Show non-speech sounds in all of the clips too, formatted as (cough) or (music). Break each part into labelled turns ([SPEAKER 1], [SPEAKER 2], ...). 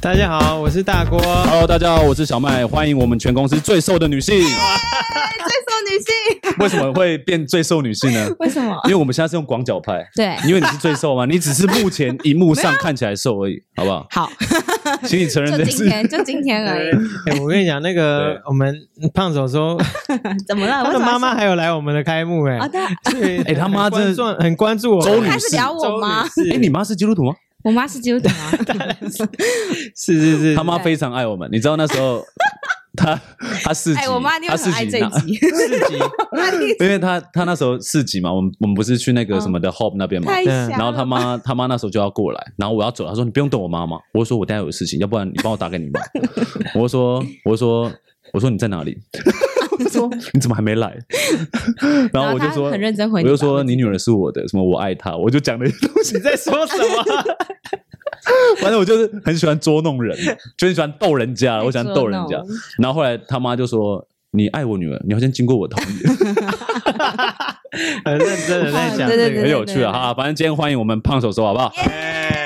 [SPEAKER 1] 大家好，我是大
[SPEAKER 2] (laughs)
[SPEAKER 1] 郭。哎
[SPEAKER 2] Hello，大家好，我是小麦，欢迎我们全公司最瘦的 (laughs) 女性。
[SPEAKER 3] 最受女性， (laughs)
[SPEAKER 2] 为什么会变最瘦女性呢？
[SPEAKER 3] 为什么？
[SPEAKER 2] 因为我们现在是用广角拍，
[SPEAKER 3] 对
[SPEAKER 2] 因为你是最瘦嘛，你只是目前荧幕上看起来瘦 (laughs) 而已，好不好？
[SPEAKER 3] 好，
[SPEAKER 2] 请你承认
[SPEAKER 3] 就
[SPEAKER 2] 这
[SPEAKER 3] 今
[SPEAKER 2] 事。(laughs)
[SPEAKER 3] 天，就今天而已。
[SPEAKER 1] 哎我跟你讲，那个
[SPEAKER 2] 对
[SPEAKER 1] 我们胖总说，
[SPEAKER 3] 啊怎么了？
[SPEAKER 1] 他
[SPEAKER 3] 为什
[SPEAKER 1] 的
[SPEAKER 3] 么
[SPEAKER 1] 妈妈还有来我们的开幕哎、
[SPEAKER 3] 啊？对啊，
[SPEAKER 1] 对，
[SPEAKER 2] 哎他妈
[SPEAKER 1] 很关
[SPEAKER 2] 真的
[SPEAKER 1] 注很关注我们。
[SPEAKER 2] 周女
[SPEAKER 3] 开始聊我妈。
[SPEAKER 1] 周女士
[SPEAKER 2] 哎，你妈是基督徒吗？
[SPEAKER 3] 我妈是基督
[SPEAKER 2] (laughs)
[SPEAKER 3] 徒啊。
[SPEAKER 1] 是是是，
[SPEAKER 2] 他妈非常爱我们，你知道那时
[SPEAKER 3] (laughs)
[SPEAKER 2] 候她她四级，
[SPEAKER 3] 哎，我妈一定
[SPEAKER 2] 她
[SPEAKER 3] 很
[SPEAKER 2] 四
[SPEAKER 3] 爱
[SPEAKER 2] 级
[SPEAKER 3] 这
[SPEAKER 2] 拿
[SPEAKER 3] 一集，
[SPEAKER 1] 四级，
[SPEAKER 2] 因为她她那时候四级嘛，我们我们不是去那个什
[SPEAKER 3] 啊
[SPEAKER 2] 么的 Hope 那边嘛，
[SPEAKER 3] (laughs) 太
[SPEAKER 1] 嗯
[SPEAKER 3] 香了。
[SPEAKER 2] 然后他
[SPEAKER 3] (laughs)
[SPEAKER 2] 妈他妈那时候就要过来，然后我要走，她说你不用等我妈妈，我就说我待会有事情，要不然你帮我打给你妈， (laughs) 我就说我就说我说你在哪里？我说你怎么还没来？然后我就
[SPEAKER 3] 她
[SPEAKER 2] 说
[SPEAKER 3] 很认真回
[SPEAKER 2] 我
[SPEAKER 3] 你吧，
[SPEAKER 2] 就说你女儿是我的，什么我爱她，我就讲了一堆东西
[SPEAKER 1] 你，在说什
[SPEAKER 3] 啊
[SPEAKER 1] 么？
[SPEAKER 2] (laughs) 反正我就是很喜欢捉弄人，就很喜欢逗人家，
[SPEAKER 3] 太
[SPEAKER 2] 啊我喜欢逗人
[SPEAKER 3] 捉
[SPEAKER 2] 家
[SPEAKER 3] 弄。
[SPEAKER 2] 然后后来他妈就说：“你爱我女儿，你要先经过我同意。
[SPEAKER 1] 很认真的在讲这个。
[SPEAKER 3] 哦对对”对
[SPEAKER 2] 很有趣啊！哈，反正今天欢迎我们胖手手，好不好？
[SPEAKER 1] 哎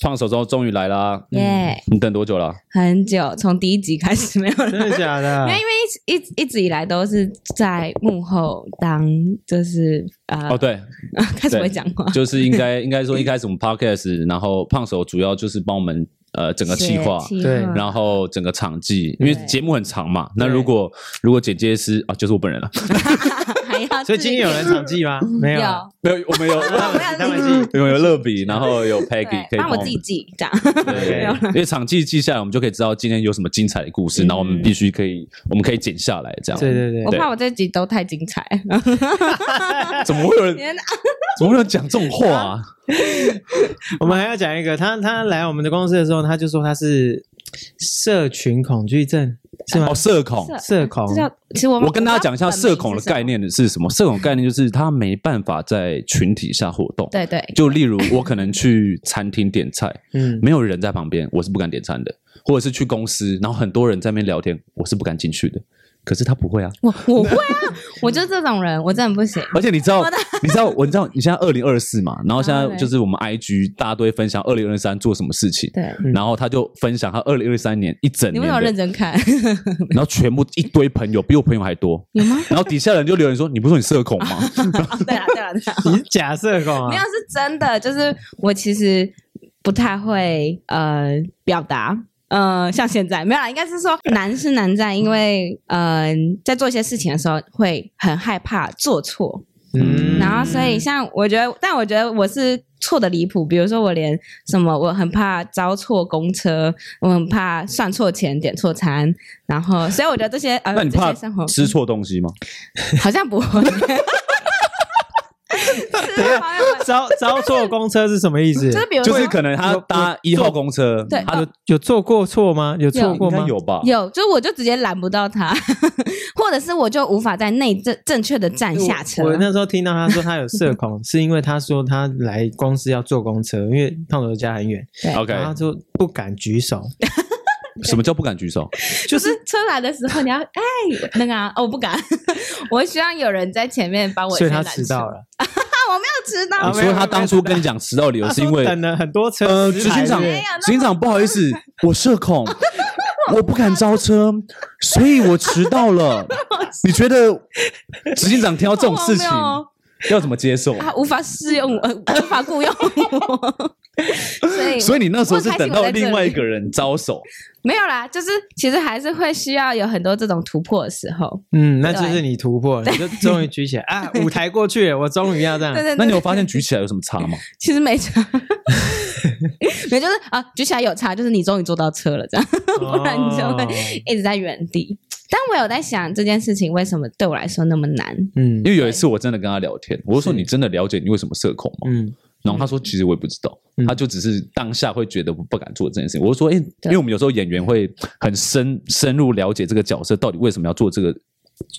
[SPEAKER 2] 胖手手终于来啦！嗯
[SPEAKER 3] 耶，
[SPEAKER 2] 你等多久了？
[SPEAKER 3] 很久，从第一集开始 (laughs) 没有了。
[SPEAKER 1] 真的假的
[SPEAKER 2] 啊
[SPEAKER 3] 因为？因为一直一一直以来都是在幕后当，就是呃
[SPEAKER 2] 哦，，对，
[SPEAKER 3] (laughs) 开始会讲话，
[SPEAKER 2] 就是应该应该说一开始我们 podcast，然后胖手主要就是帮我们呃整个企划。
[SPEAKER 3] 写
[SPEAKER 1] 对
[SPEAKER 2] 然后整个场记，因为
[SPEAKER 3] 对
[SPEAKER 2] 节目很长嘛，那
[SPEAKER 1] 对
[SPEAKER 2] 如果如果剪接师啊，就是我本人了，
[SPEAKER 3] 还要自己，
[SPEAKER 1] 所以今天有人场记吗？没有啊，
[SPEAKER 2] 没有，我们有
[SPEAKER 1] 他们记。
[SPEAKER 3] 嗯
[SPEAKER 2] 有有乐比，然后有 Peggy
[SPEAKER 3] 对
[SPEAKER 2] 哎可以
[SPEAKER 3] 帮我
[SPEAKER 2] 们
[SPEAKER 3] 自己记这样。
[SPEAKER 1] 没
[SPEAKER 2] 对
[SPEAKER 1] 有，
[SPEAKER 2] 因为场记记下来，我们就可以知道今天有什么精彩的故事，
[SPEAKER 3] 嗯
[SPEAKER 2] 然后我们必须可以，我们可以剪下来，这样。
[SPEAKER 1] 对对对
[SPEAKER 3] 我怕我这集都太精彩，
[SPEAKER 2] 怎么会有人
[SPEAKER 3] (laughs) 天哪！
[SPEAKER 2] 怎么会有人讲这种话啊？
[SPEAKER 1] 我们还要讲一个，他他来我们的公司的时候，他就说他是社群恐惧症，是吗
[SPEAKER 2] 哦，？社恐。
[SPEAKER 1] 社恐
[SPEAKER 3] 呃这，叫其实我
[SPEAKER 2] 我跟大家讲一下社恐的概。
[SPEAKER 3] 我
[SPEAKER 2] 念的是什么？社恐概念就是他没办法在群体下活动
[SPEAKER 3] 不。知道本名是什么对对，
[SPEAKER 2] 就例如我可能去餐厅点菜，
[SPEAKER 1] 嗯，
[SPEAKER 2] 没有人在旁边，我是不敢点餐的；或者是去公司，然后很多人在那边聊天，我是不敢进去的。可是他不会
[SPEAKER 3] (laughs)
[SPEAKER 2] 啊，
[SPEAKER 3] 我我会啊，我就是这种人，我真的
[SPEAKER 2] (laughs)
[SPEAKER 3] 不行。
[SPEAKER 2] 而且你知道，你知道，我你知道，你现在二零二四嘛，然后现
[SPEAKER 3] 然
[SPEAKER 2] 在
[SPEAKER 3] 后嘞
[SPEAKER 2] 就是我们 IG 大堆分享二零二三做什么事情，
[SPEAKER 3] 对，
[SPEAKER 1] 嗯
[SPEAKER 2] 然后他就分享他二零二三年一整
[SPEAKER 3] 你
[SPEAKER 2] 年
[SPEAKER 3] 为什么认
[SPEAKER 2] 的，(laughs)
[SPEAKER 3] 真看？
[SPEAKER 2] 然后全部一堆朋友比我朋友还多，
[SPEAKER 3] 有 (laughs) 吗？
[SPEAKER 2] 然后底下人就留言说：“你不是说你社恐吗
[SPEAKER 3] 哦对啦对啦
[SPEAKER 2] (laughs)
[SPEAKER 3] 对啦，
[SPEAKER 1] 你是假社恐
[SPEAKER 3] 没有
[SPEAKER 1] 啊？
[SPEAKER 3] 是真的，就是我其实不太会呃表达。呃，像现在没有啦，应该是说难是难在，因为呃，在做一些事情的时候会很害怕做错，
[SPEAKER 2] 嗯
[SPEAKER 3] 然后所以像我觉得，但我觉得我是错的离谱。比如说我连什么，我很怕招错公车，我很怕算错钱、点错餐，然后所以我觉得这些？”呃，
[SPEAKER 2] 那你怕
[SPEAKER 3] 这些生活
[SPEAKER 2] 吃错东西吗？
[SPEAKER 3] 好像不会。啊
[SPEAKER 1] 等一
[SPEAKER 3] (laughs)
[SPEAKER 1] 下招招错公车是什哦么意思？
[SPEAKER 3] 就是比如
[SPEAKER 2] 就
[SPEAKER 3] 说
[SPEAKER 2] 是可能他搭一号公车，
[SPEAKER 3] 对哦
[SPEAKER 2] 他就
[SPEAKER 1] 有做过错吗？有错过
[SPEAKER 2] 应该
[SPEAKER 1] 吗？
[SPEAKER 2] 有吧？
[SPEAKER 3] 有，就是我就直接拦不到他， (laughs) 或者是我就无法在内正正确的站下车
[SPEAKER 1] 我。我那时候听到他说他有社
[SPEAKER 3] (laughs)
[SPEAKER 1] 恐，是因为他说他来公司要坐公车，因为胖头家很远，
[SPEAKER 2] OK，
[SPEAKER 1] 然后他就不敢举手，
[SPEAKER 2] 什么叫不敢举手？
[SPEAKER 3] 就是车来的时候，你要哎那个、啊、哦，我不敢， (laughs) 我希望有人在前面帮我
[SPEAKER 1] 所以
[SPEAKER 3] 先
[SPEAKER 1] 他
[SPEAKER 3] 拦车。
[SPEAKER 1] 迟到了。
[SPEAKER 3] 知道
[SPEAKER 1] 啊
[SPEAKER 2] 你
[SPEAKER 1] 没
[SPEAKER 2] 说
[SPEAKER 1] 有
[SPEAKER 2] 他当初跟你讲迟到理由
[SPEAKER 1] 他
[SPEAKER 2] 是
[SPEAKER 1] 说
[SPEAKER 2] 因为
[SPEAKER 1] 等了很多车，
[SPEAKER 2] 呃，
[SPEAKER 1] 十
[SPEAKER 2] 执
[SPEAKER 1] 台
[SPEAKER 2] 行长，
[SPEAKER 1] 是不
[SPEAKER 3] 没
[SPEAKER 1] 是
[SPEAKER 3] 有那么
[SPEAKER 2] 执行长，不好意思，我社
[SPEAKER 3] (laughs)
[SPEAKER 2] 恐，我不敢招车，所以我迟到
[SPEAKER 3] (laughs)
[SPEAKER 2] 了。你觉得执行长听到这种事情
[SPEAKER 3] 好荒谬哦
[SPEAKER 2] (laughs) 要怎么接受？
[SPEAKER 3] 他无法适用我，
[SPEAKER 2] (laughs)
[SPEAKER 3] 呃无法雇佣我，所以
[SPEAKER 2] 所以你那时候
[SPEAKER 3] 哎我
[SPEAKER 2] 是
[SPEAKER 3] 很开
[SPEAKER 2] 等
[SPEAKER 3] 心我
[SPEAKER 2] 到
[SPEAKER 3] 在这
[SPEAKER 2] 另外一
[SPEAKER 3] 里
[SPEAKER 2] 个人招手，
[SPEAKER 3] 没有啦，就是其实还是会需要有很多这种突破的时候。
[SPEAKER 1] 嗯，那就是你突破了，你就终于
[SPEAKER 3] (laughs)
[SPEAKER 1] 举起来啊！舞台过去了，我终于要这样
[SPEAKER 3] 对。 (laughs) 对
[SPEAKER 2] 嗯那
[SPEAKER 3] 对，
[SPEAKER 2] 你有发现举起来有什么差吗？
[SPEAKER 3] 其实没差， (laughs) 没有就是啊，举起来有差，就是你终于坐到车了，这样不然你就会
[SPEAKER 1] 哦
[SPEAKER 3] 一直在原地。但我有在想这件事情为什么对我来说那么难？
[SPEAKER 1] 嗯
[SPEAKER 2] 因为有一次我真的跟他聊天，我就说
[SPEAKER 1] 是
[SPEAKER 2] 你真的了解你为什么社恐吗？
[SPEAKER 1] 嗯
[SPEAKER 2] 然后他说其实我也不知道，
[SPEAKER 1] 嗯
[SPEAKER 2] 他就只是当下会觉得不敢做这件事情。我就说，哎、因
[SPEAKER 3] 对
[SPEAKER 2] 为我们有时候演员会很深深入了解这个角色到底为什么要做这个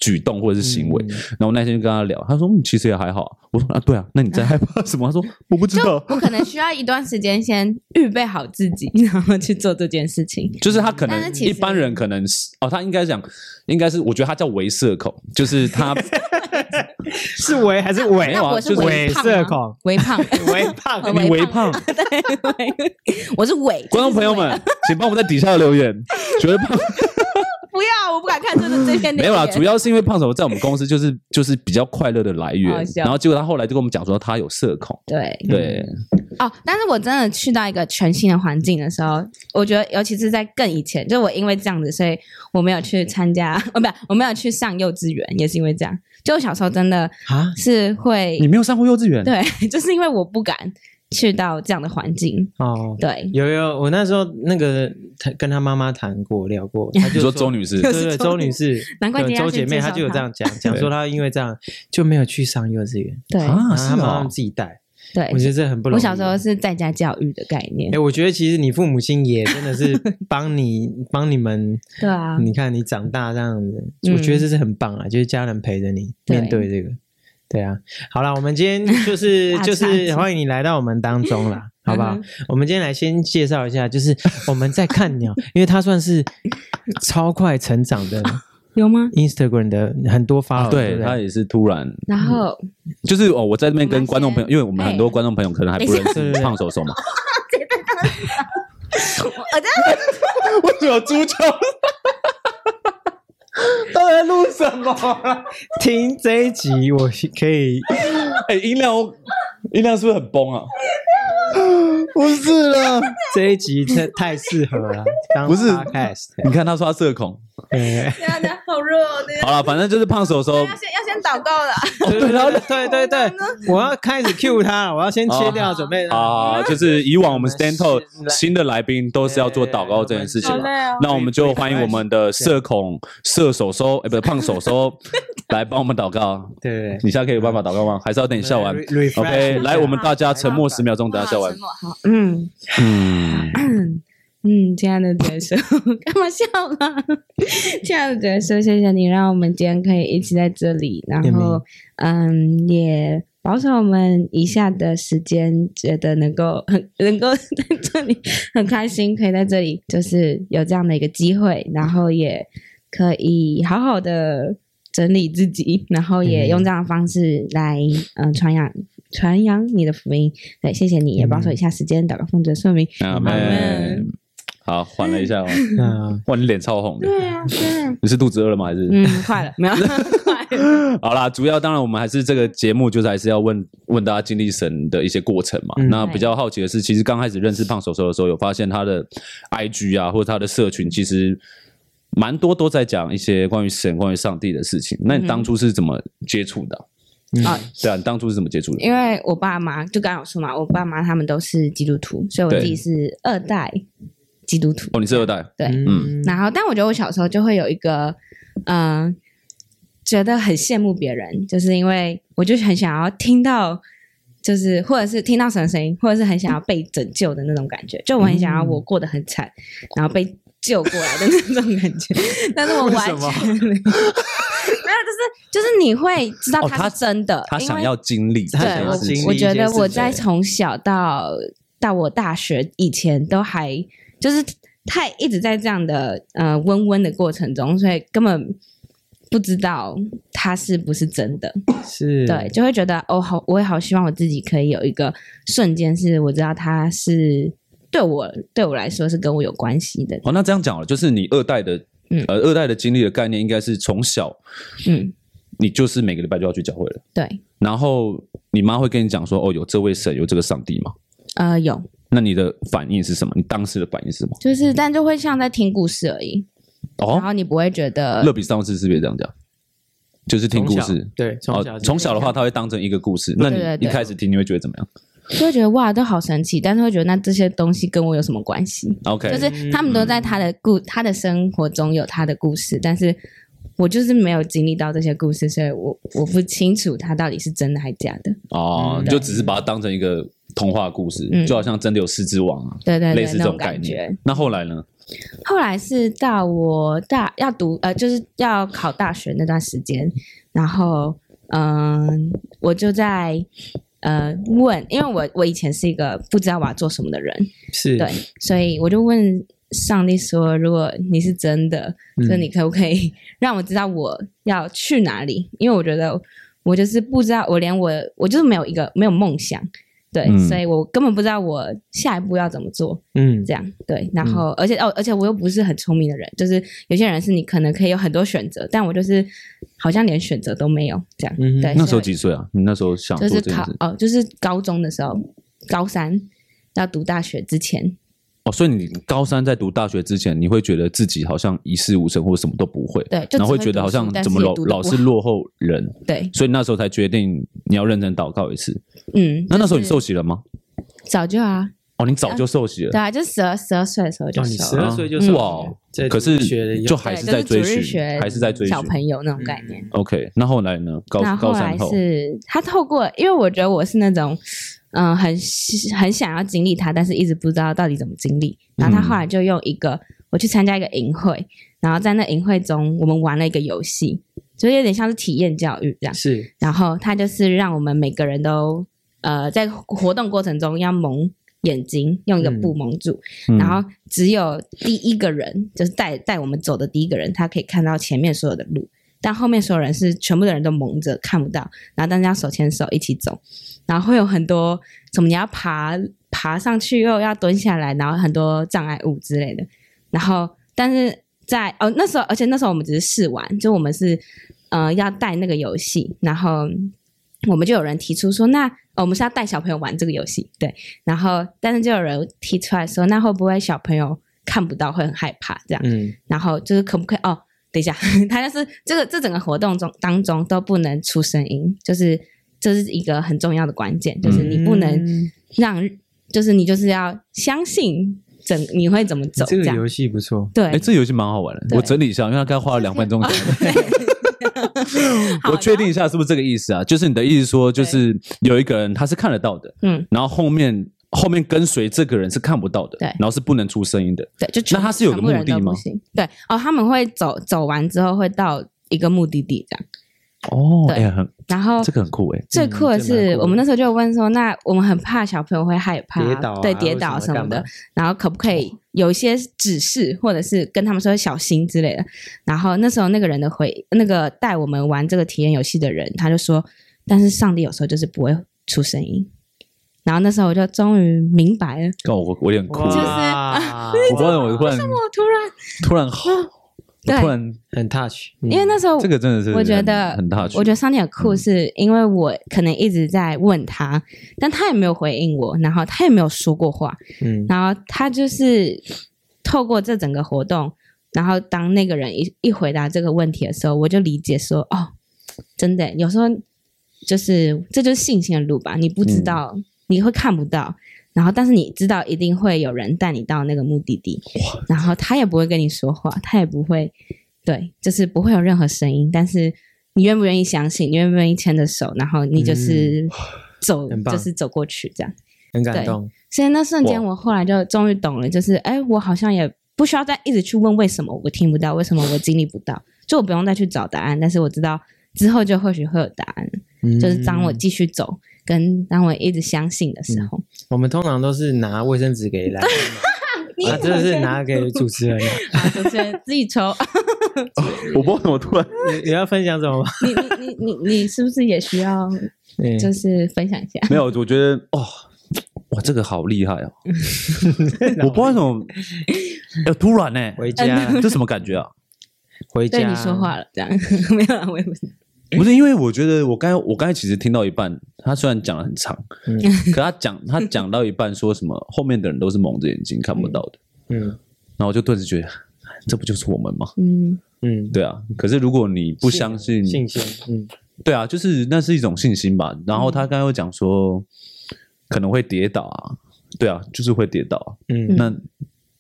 [SPEAKER 2] 举动或者是行为。
[SPEAKER 1] 嗯
[SPEAKER 2] 然后那天就跟他聊，他说、嗯、其实也还好啊。我说啊，对啊，那你在害怕 (laughs) 什么？他说我不知道。
[SPEAKER 3] 我可能需要一段时间先预备好自己，然后去做这件事情。
[SPEAKER 2] 就是他可能
[SPEAKER 3] 但是其
[SPEAKER 2] 一
[SPEAKER 3] 实
[SPEAKER 2] 般人可能是哦，他应该讲应该是，我觉得他叫为社恐，就是他
[SPEAKER 1] 社是微还是伪
[SPEAKER 2] 没有啊
[SPEAKER 3] 那我是
[SPEAKER 2] 就是
[SPEAKER 1] 伪
[SPEAKER 3] 胖
[SPEAKER 1] 社
[SPEAKER 3] 吗，
[SPEAKER 1] 恐，
[SPEAKER 3] 微胖，
[SPEAKER 1] 微
[SPEAKER 3] (laughs)
[SPEAKER 1] 胖
[SPEAKER 3] 呃
[SPEAKER 2] 你
[SPEAKER 3] 微
[SPEAKER 2] 微胖。
[SPEAKER 3] 对，微我是伪。
[SPEAKER 2] (laughs) 观众朋友们，请帮我们在底下留言，觉得胖
[SPEAKER 3] 不要，我不敢看这
[SPEAKER 2] (laughs)
[SPEAKER 3] 个这篇
[SPEAKER 2] 没有
[SPEAKER 3] (laughs)
[SPEAKER 2] 啦，主要是因为胖手在我们公司就是就是比较快乐的来
[SPEAKER 3] 好
[SPEAKER 2] 源，
[SPEAKER 3] 笑嗯
[SPEAKER 2] 然后结果他后来就跟我们讲说他有社恐，
[SPEAKER 3] 对
[SPEAKER 2] 对，
[SPEAKER 3] 哦，但是我真的去到一个全新的环境的时候，我觉得尤其是在更以前，就是我因为这样子，所以我没有去参加， (laughs) 哦，不，我没有去上幼稚园，也是因为这样。就我小时候真的
[SPEAKER 1] 啊，
[SPEAKER 3] 是会
[SPEAKER 2] 你，没有上过幼稚园，
[SPEAKER 3] 对， (laughs) 就是因为我不敢去到这样的环境，
[SPEAKER 1] 哦，
[SPEAKER 3] 对，
[SPEAKER 1] 有有，我那时候那个他跟他妈妈谈过聊过，他
[SPEAKER 2] 你
[SPEAKER 1] 就
[SPEAKER 2] 说周女士
[SPEAKER 1] 对
[SPEAKER 3] 又
[SPEAKER 1] 对
[SPEAKER 3] 是
[SPEAKER 1] 周
[SPEAKER 3] 周
[SPEAKER 1] 女
[SPEAKER 3] 女
[SPEAKER 1] 士，
[SPEAKER 3] 难怪
[SPEAKER 1] 对
[SPEAKER 3] 今天要
[SPEAKER 1] 周
[SPEAKER 3] 去
[SPEAKER 1] 姐
[SPEAKER 3] 介
[SPEAKER 1] 妹，她
[SPEAKER 3] 绍
[SPEAKER 1] 就有这
[SPEAKER 3] 她
[SPEAKER 1] 样讲，讲说她因为这样就没有去上幼稚园，
[SPEAKER 3] 对、
[SPEAKER 2] 啊，
[SPEAKER 1] 然后
[SPEAKER 2] 是
[SPEAKER 1] 她妈妈
[SPEAKER 2] 哦，
[SPEAKER 1] 自己带，
[SPEAKER 3] 对
[SPEAKER 1] 我。觉得这很不容易。
[SPEAKER 3] 我小时候是在家教育的概念
[SPEAKER 1] 哎、，我觉得其实你父母亲也真的是
[SPEAKER 3] (laughs)
[SPEAKER 1] 帮你帮你们，
[SPEAKER 3] 对啊，
[SPEAKER 1] 你看你长大这样子，
[SPEAKER 3] 嗯
[SPEAKER 1] 我觉得这是很棒啊，就是家人陪着你
[SPEAKER 3] 对
[SPEAKER 1] 面对这个。对啊，好啦，我们今天就是
[SPEAKER 3] (laughs) 大岔
[SPEAKER 1] 就
[SPEAKER 3] 气
[SPEAKER 1] 是欢迎你来到我们当中
[SPEAKER 3] (laughs)
[SPEAKER 1] 啦，好不好
[SPEAKER 3] 嗯？
[SPEAKER 1] 我们今天来先介绍一下，就是我们在看鸟，因为它算
[SPEAKER 3] (laughs)
[SPEAKER 1] 是超快成长的
[SPEAKER 3] 有吗？
[SPEAKER 1] Instagram 的很多 follow，、对
[SPEAKER 2] 啊对
[SPEAKER 1] 不
[SPEAKER 2] 他
[SPEAKER 1] 对？
[SPEAKER 2] 也是突然，
[SPEAKER 3] 然后
[SPEAKER 2] 就是哦，我在这边跟
[SPEAKER 3] 我们
[SPEAKER 2] 观众朋友，
[SPEAKER 3] 先
[SPEAKER 2] 因为我们很多观众朋友可能还不
[SPEAKER 3] 哎
[SPEAKER 2] 认
[SPEAKER 1] 等
[SPEAKER 2] 识
[SPEAKER 1] 一下
[SPEAKER 2] 胖手手嘛，
[SPEAKER 3] 我呃在
[SPEAKER 2] (laughs) 为什么猪叫？
[SPEAKER 1] 到底在录什么啊？ (laughs) 听这一集，我可以
[SPEAKER 2] (laughs) 哎，音量音量是不是很 (laughs) 崩啊？
[SPEAKER 4] 不是啦，
[SPEAKER 1] 这一集太太适合了，当
[SPEAKER 2] 不是
[SPEAKER 1] podcast。
[SPEAKER 2] 你看他说他社恐，
[SPEAKER 1] 对，
[SPEAKER 3] 等下好热哦，等一下
[SPEAKER 2] 好了，反正就是胖手手
[SPEAKER 3] 要先要先祷告了。
[SPEAKER 1] 对对对对，我要开始 cue 他了，我要先切掉，准备
[SPEAKER 2] 啊，就是以往我们 stand up
[SPEAKER 1] 我们是
[SPEAKER 2] 新的来宾都是要做祷告这件事情
[SPEAKER 1] 好
[SPEAKER 2] 嘛
[SPEAKER 1] 累。
[SPEAKER 3] 哦
[SPEAKER 2] 那我们就欢迎我们的社恐射手收，哎，不是胖手收来帮我们祷告。
[SPEAKER 1] 对对
[SPEAKER 2] 你现在可以有办法祷告吗？还是要等你笑完
[SPEAKER 1] 对，re- refresh
[SPEAKER 2] ？OK，
[SPEAKER 1] 一下
[SPEAKER 2] 来，我们大家沉默十秒钟，等下笑完
[SPEAKER 3] 沉。默好，嗯
[SPEAKER 2] 嗯，
[SPEAKER 3] 嗯，亲爱的角 (laughs) 色，干嘛笑啦？ (laughs) 亲爱的角色，谢谢你让我们今天可以一起在这里，然
[SPEAKER 1] 也没
[SPEAKER 3] 后嗯，也保守我们以下的时间，觉得能够很 (laughs) 能够在这里很开心，可以在这里就是有这样的一个机会，然后也可以好好的。整理自己，然后也
[SPEAKER 1] 嗯
[SPEAKER 3] 用这样的方式来，嗯、传扬传扬你的福音。对，谢谢你，也保守以下时间，祷告奉主的圣名，
[SPEAKER 2] 阿
[SPEAKER 1] 阿
[SPEAKER 2] 门
[SPEAKER 3] 门。
[SPEAKER 2] 好，缓了一下哦。
[SPEAKER 1] 对，嗯，
[SPEAKER 2] 哇，你脸超红的，
[SPEAKER 3] 对啊，对啊，
[SPEAKER 2] 你是肚子饿了吗？还是？
[SPEAKER 3] 嗯，快了，没有，快了，
[SPEAKER 2] 好啦，主要当然我们还是这个节目，就是还是要问问大家经历神的一些过程嘛。
[SPEAKER 1] 嗯
[SPEAKER 2] 那比较好奇的是，其实刚开始认识胖手手的时候，有发现他的 IG 啊，或者他的社群，其实蛮多都在讲一些关于神、关于上帝的事情。那
[SPEAKER 3] 嗯
[SPEAKER 2] 你当初是怎么接触的啊？
[SPEAKER 3] 啊
[SPEAKER 2] 对啊，你当初是怎么接触的？
[SPEAKER 3] (laughs) 因为我爸妈就刚刚有说嘛，我爸妈他们都是基督徒，所以我
[SPEAKER 2] 对
[SPEAKER 3] 自己是二代基督徒。
[SPEAKER 2] 哦，你是二代，
[SPEAKER 3] 对，
[SPEAKER 1] 嗯，
[SPEAKER 3] 然后但我觉得我小时候就会有一个，嗯、觉得很羡慕别人，就是因为我就很想要听到，就是或者是听到什么声音，或者是很想要被拯救的那种感觉，就我很想要我过得很惨，然后被救过来的那种感觉，但是我完全 (laughs)
[SPEAKER 1] 为什
[SPEAKER 3] 没有，没有，就是就是你会知道
[SPEAKER 2] 哦
[SPEAKER 3] 他
[SPEAKER 2] 他
[SPEAKER 3] 是真的，
[SPEAKER 2] 他
[SPEAKER 3] 因
[SPEAKER 2] 想
[SPEAKER 3] 为
[SPEAKER 2] 要经历，
[SPEAKER 1] 他想
[SPEAKER 3] 对
[SPEAKER 1] 要
[SPEAKER 2] 事
[SPEAKER 1] 经历
[SPEAKER 2] 情
[SPEAKER 3] 我，我
[SPEAKER 1] 一些
[SPEAKER 3] 觉得
[SPEAKER 1] 事
[SPEAKER 3] 我
[SPEAKER 1] 情
[SPEAKER 3] 在从小到到我大学以前都还就是太一直在这样的呃温温的过程中，所以根本不知道它是不是真的。
[SPEAKER 1] 是，
[SPEAKER 3] 对，就会觉得哦，好，我也好希望我自己可以有一个瞬间，是我知道它是对我对我来说是跟我有关系的。
[SPEAKER 2] 哦，那这样讲好了，就是你二代的，
[SPEAKER 3] 嗯
[SPEAKER 2] 呃，二代的经历的概念应该是从小
[SPEAKER 3] 嗯，
[SPEAKER 2] 你就是每个礼拜就要去教会了，
[SPEAKER 3] 对，
[SPEAKER 2] 然后你妈会跟你讲说，哦，有这位神，有这个上帝嘛？
[SPEAKER 3] 呃，有，
[SPEAKER 2] 那你的反应是什么？你当时的反应是什么？
[SPEAKER 3] 就是但就会像在听故事而已，然
[SPEAKER 2] 哦，
[SPEAKER 3] 后你呃不会觉得
[SPEAKER 2] 乐比上次是不是也这样讲？就是听
[SPEAKER 1] 从
[SPEAKER 2] 故
[SPEAKER 1] 小
[SPEAKER 2] 事。
[SPEAKER 1] 对，从小
[SPEAKER 2] 哦，从小的话，他会当成一个故事。那你
[SPEAKER 3] 对对
[SPEAKER 2] 一
[SPEAKER 3] 对
[SPEAKER 2] 开始听，你会觉得怎么样
[SPEAKER 3] 就会觉得哇，都好神奇，但是会觉得那这些东西跟我有什么关系？
[SPEAKER 2] ？OK，
[SPEAKER 3] 就是他们都在他的
[SPEAKER 2] 嗯
[SPEAKER 3] 故他的生活中有他的故事，但是我就是没有经历到这些故事，所以我我不清楚他到底是真的还是假的。
[SPEAKER 2] 哦，
[SPEAKER 1] 嗯
[SPEAKER 2] 你就只是把它当成一个童话故事，
[SPEAKER 3] 嗯
[SPEAKER 2] 就好像真的有狮子王啊，
[SPEAKER 3] 对对对，
[SPEAKER 2] 类似
[SPEAKER 3] 那
[SPEAKER 2] 这
[SPEAKER 3] 种
[SPEAKER 2] 概
[SPEAKER 3] 感觉
[SPEAKER 2] 念。。那后来呢？
[SPEAKER 3] 后来是到我大要读呃，就是要考大学那段时间，然后嗯、我就在呃问，因为我我以前是一个不知道我要做什么的人，
[SPEAKER 1] 是
[SPEAKER 3] 对，所以我就问上帝说：“如果你是真的，
[SPEAKER 1] 嗯
[SPEAKER 3] 那你可不可以让我知道我要去哪里？因为我觉得我就是不知道，我连我我就是没有一个没有梦想，对，
[SPEAKER 2] 嗯
[SPEAKER 3] 所以我根本不知道我下一步要怎么做。
[SPEAKER 1] 嗯
[SPEAKER 3] 这样对，然后、
[SPEAKER 2] 嗯
[SPEAKER 3] 而且哦，而且我又不是很聪明的人，就是有些人是你可能可以有很多选择，但我就是好像连选择都没有这样。
[SPEAKER 1] 嗯哼
[SPEAKER 3] 对，
[SPEAKER 2] 那时候
[SPEAKER 3] 所以
[SPEAKER 2] 几岁啊？你那时候想做
[SPEAKER 3] 就是
[SPEAKER 2] 这件
[SPEAKER 3] 考
[SPEAKER 2] 事？
[SPEAKER 3] 哦，就是高中的时候，高三要读大学之前，
[SPEAKER 2] 哦，所以你高三在读大学之前，你会觉得自己好像一事无成，或者什么都不会，
[SPEAKER 3] 对，就
[SPEAKER 2] 然后
[SPEAKER 3] 只
[SPEAKER 2] 会觉得好像
[SPEAKER 3] 读书
[SPEAKER 2] 怎么老老是，落后人，
[SPEAKER 3] 但也读得不好
[SPEAKER 2] 所以那时候才决定你要认真祷告一次。
[SPEAKER 3] 对，嗯，
[SPEAKER 2] 那那时候你
[SPEAKER 3] 就是
[SPEAKER 2] 受洗了吗？
[SPEAKER 3] 早就啊，
[SPEAKER 2] 哦，你早就受洗
[SPEAKER 3] 对
[SPEAKER 2] 了，
[SPEAKER 3] 啊，就十二十二岁的时候就
[SPEAKER 1] 哦你
[SPEAKER 3] 熟
[SPEAKER 1] 12
[SPEAKER 3] 了，
[SPEAKER 1] 二岁就受洗了
[SPEAKER 2] 哇哦
[SPEAKER 1] 在！
[SPEAKER 2] 可
[SPEAKER 1] 中学的
[SPEAKER 2] 是
[SPEAKER 1] 一个
[SPEAKER 2] 就还
[SPEAKER 3] 对
[SPEAKER 2] 是
[SPEAKER 3] 就
[SPEAKER 2] 在追
[SPEAKER 3] 主日学
[SPEAKER 2] 寻，还是在追寻
[SPEAKER 3] 小朋友那种概念。
[SPEAKER 2] OK，那后来呢？高
[SPEAKER 3] 那
[SPEAKER 2] 高
[SPEAKER 3] 后
[SPEAKER 2] 三
[SPEAKER 3] 来
[SPEAKER 2] 后，
[SPEAKER 3] 是他透过，因为我觉得我是那种，嗯、很希很想要经历它，但是一直不知道到底怎么经历。
[SPEAKER 2] 嗯
[SPEAKER 3] 然后他后来就用一个，我去参加一个营会，然后在那营会中，我们玩了一个游戏，就有点像是体验教育这样。
[SPEAKER 1] 是
[SPEAKER 3] 然后他就是让我们每个人都，呃，在活动过程中要蒙眼睛，用一个布蒙住，
[SPEAKER 2] 嗯
[SPEAKER 3] 然后只有第一个人，就是带带我们走的第一个人，他可以看到前面所有的路，但后面所有人是全部的人都蒙着看不到，然后大家手牵手一起走，然后会有很多什么你要爬爬上去又要蹲下来，然后很多障碍物之类的，然后但是在哦那时候，而且那时候我们只是试玩，就我们是呃要带那个游戏，然后我们就有人提出说，那、呃我们是要带小朋友玩这个游戏，对，然后但是就有人提出来说，那会不会小朋友看不到会很害怕这样？
[SPEAKER 1] 嗯
[SPEAKER 3] 然后就是可不可以哦？等一下，他就是这个这整个活动中当中都不能出声音，就是这是一个很重要的关键，就是你不能
[SPEAKER 1] 嗯
[SPEAKER 3] 让，就是你就是要相信整你会怎么走
[SPEAKER 1] 这
[SPEAKER 3] 这
[SPEAKER 1] 个
[SPEAKER 3] 样。
[SPEAKER 1] 游戏不错，
[SPEAKER 3] 对，
[SPEAKER 2] 哎，这游戏蛮好玩的。
[SPEAKER 3] 对
[SPEAKER 2] 我整理一下，因为它刚花了两分钟讲。
[SPEAKER 3] (laughs) 好
[SPEAKER 2] 我确定一下是不是这个意思啊？就是你的意思说，就是有一个人他是看得到的，
[SPEAKER 3] 嗯，
[SPEAKER 2] 然后后面后面跟随这个人是看不到的，
[SPEAKER 3] 对
[SPEAKER 2] 然后是不能出声音的。
[SPEAKER 3] 对，就全
[SPEAKER 2] 那他是有个
[SPEAKER 3] 全部人
[SPEAKER 2] 目的
[SPEAKER 3] 都不
[SPEAKER 2] 吗
[SPEAKER 3] 行对，哦，他们会走走完之后会到一个目的地这样，
[SPEAKER 2] 哦，
[SPEAKER 3] 对
[SPEAKER 2] 哎，很
[SPEAKER 3] 然后
[SPEAKER 2] 这个很酷哎。
[SPEAKER 3] 最酷
[SPEAKER 1] 嗯这
[SPEAKER 3] 的
[SPEAKER 1] 蛮
[SPEAKER 3] 是，
[SPEAKER 1] 酷的
[SPEAKER 3] 我们那时候就问说，那我们很怕小朋友会害怕，
[SPEAKER 1] 跌倒啊
[SPEAKER 3] 对跌倒什
[SPEAKER 1] 或者什么
[SPEAKER 3] 么
[SPEAKER 1] 干
[SPEAKER 3] 的
[SPEAKER 1] 嘛，
[SPEAKER 3] 然后可不可以有一些指示，或者是跟他们说小心之类的。然后那时候那个人的回，那个带我们玩这个体验游戏的人，他就说，但是上帝有时候就是不会出声音。然后那时候我就终于明白了，
[SPEAKER 2] 哦，我我有点酷
[SPEAKER 1] 哇
[SPEAKER 3] 就是
[SPEAKER 2] 哎。
[SPEAKER 3] (laughs) 啊
[SPEAKER 2] 我不知道，我突然
[SPEAKER 3] 我突然
[SPEAKER 2] 突然好，
[SPEAKER 3] 嗯对
[SPEAKER 2] 我突然
[SPEAKER 1] 很 touch，嗯
[SPEAKER 3] 因为那时候
[SPEAKER 2] 嗯这个真的是
[SPEAKER 3] 我觉
[SPEAKER 2] 很
[SPEAKER 3] 得
[SPEAKER 2] 很大，
[SPEAKER 3] 我觉得上帝很酷，是因为我可能一直在问他，但他也没有回应我，然后他也没有说过话，
[SPEAKER 1] 嗯
[SPEAKER 3] 然后他就是透过这整个活动，然后当那个人一一回答这个问题的时候，我就理解说，哦，真的，有时候就是这就是信心的路吧，你不知道，
[SPEAKER 1] 嗯
[SPEAKER 3] 你会看不到。然后，但是你知道一定会有人带你到那个目的地，然后他也不会跟你说话，他也不会，对，就是不会有任何声音。但是你愿不愿意相信，你愿不愿意牵着手，然后你就是走，
[SPEAKER 1] 嗯很棒
[SPEAKER 3] 就是走过去这样。
[SPEAKER 1] 很感动，
[SPEAKER 3] 所以那瞬间，我后来就终于懂了，就是哎，我好像也不需要再一直去问为什么我听不到，为什么我经历不到，就我不用再去找答案，但是我知道之后就或许会有答案，
[SPEAKER 1] 嗯
[SPEAKER 3] 就是当我继续走，跟当我一直相信的时候，
[SPEAKER 1] 我们通常都是拿卫生纸给来宾
[SPEAKER 3] 你
[SPEAKER 1] 嘛， (laughs) 啊，这个是拿给主持人的，
[SPEAKER 3] (laughs) 啊，主持人自己抽，
[SPEAKER 2] 我不知道怎么突然
[SPEAKER 1] 你你要分享什么吗？
[SPEAKER 3] 你你你你你是不是也需
[SPEAKER 1] (laughs)
[SPEAKER 3] 要
[SPEAKER 1] 嗯
[SPEAKER 3] (laughs) 就是分享一下？
[SPEAKER 2] 没有，我觉得哦，哇，这个好厉害
[SPEAKER 3] (laughs)
[SPEAKER 2] 哦！我不知道怎么，哎，突然呢，
[SPEAKER 1] 回家
[SPEAKER 2] 这什么感觉啊？
[SPEAKER 1] 嗯回家
[SPEAKER 3] 对你说话了，这样 (laughs) 没有啊，我也不是，
[SPEAKER 2] 不是因为我觉得我刚才我刚才其实听到一半，他虽然讲的很长，
[SPEAKER 1] 嗯
[SPEAKER 2] 可他讲他讲到一半说什么后面的人都是蒙着眼睛看不到的，
[SPEAKER 1] 嗯
[SPEAKER 2] 然后我就顿时觉得这不就是我们吗？
[SPEAKER 3] 嗯，
[SPEAKER 1] 嗯，
[SPEAKER 2] 对啊，可是如果你不相信，
[SPEAKER 1] 信心，嗯
[SPEAKER 2] 对啊，就是那是一种信心吧。然后他刚刚又讲说可能会跌倒啊，对啊，就是会跌倒啊。
[SPEAKER 1] 嗯
[SPEAKER 2] 那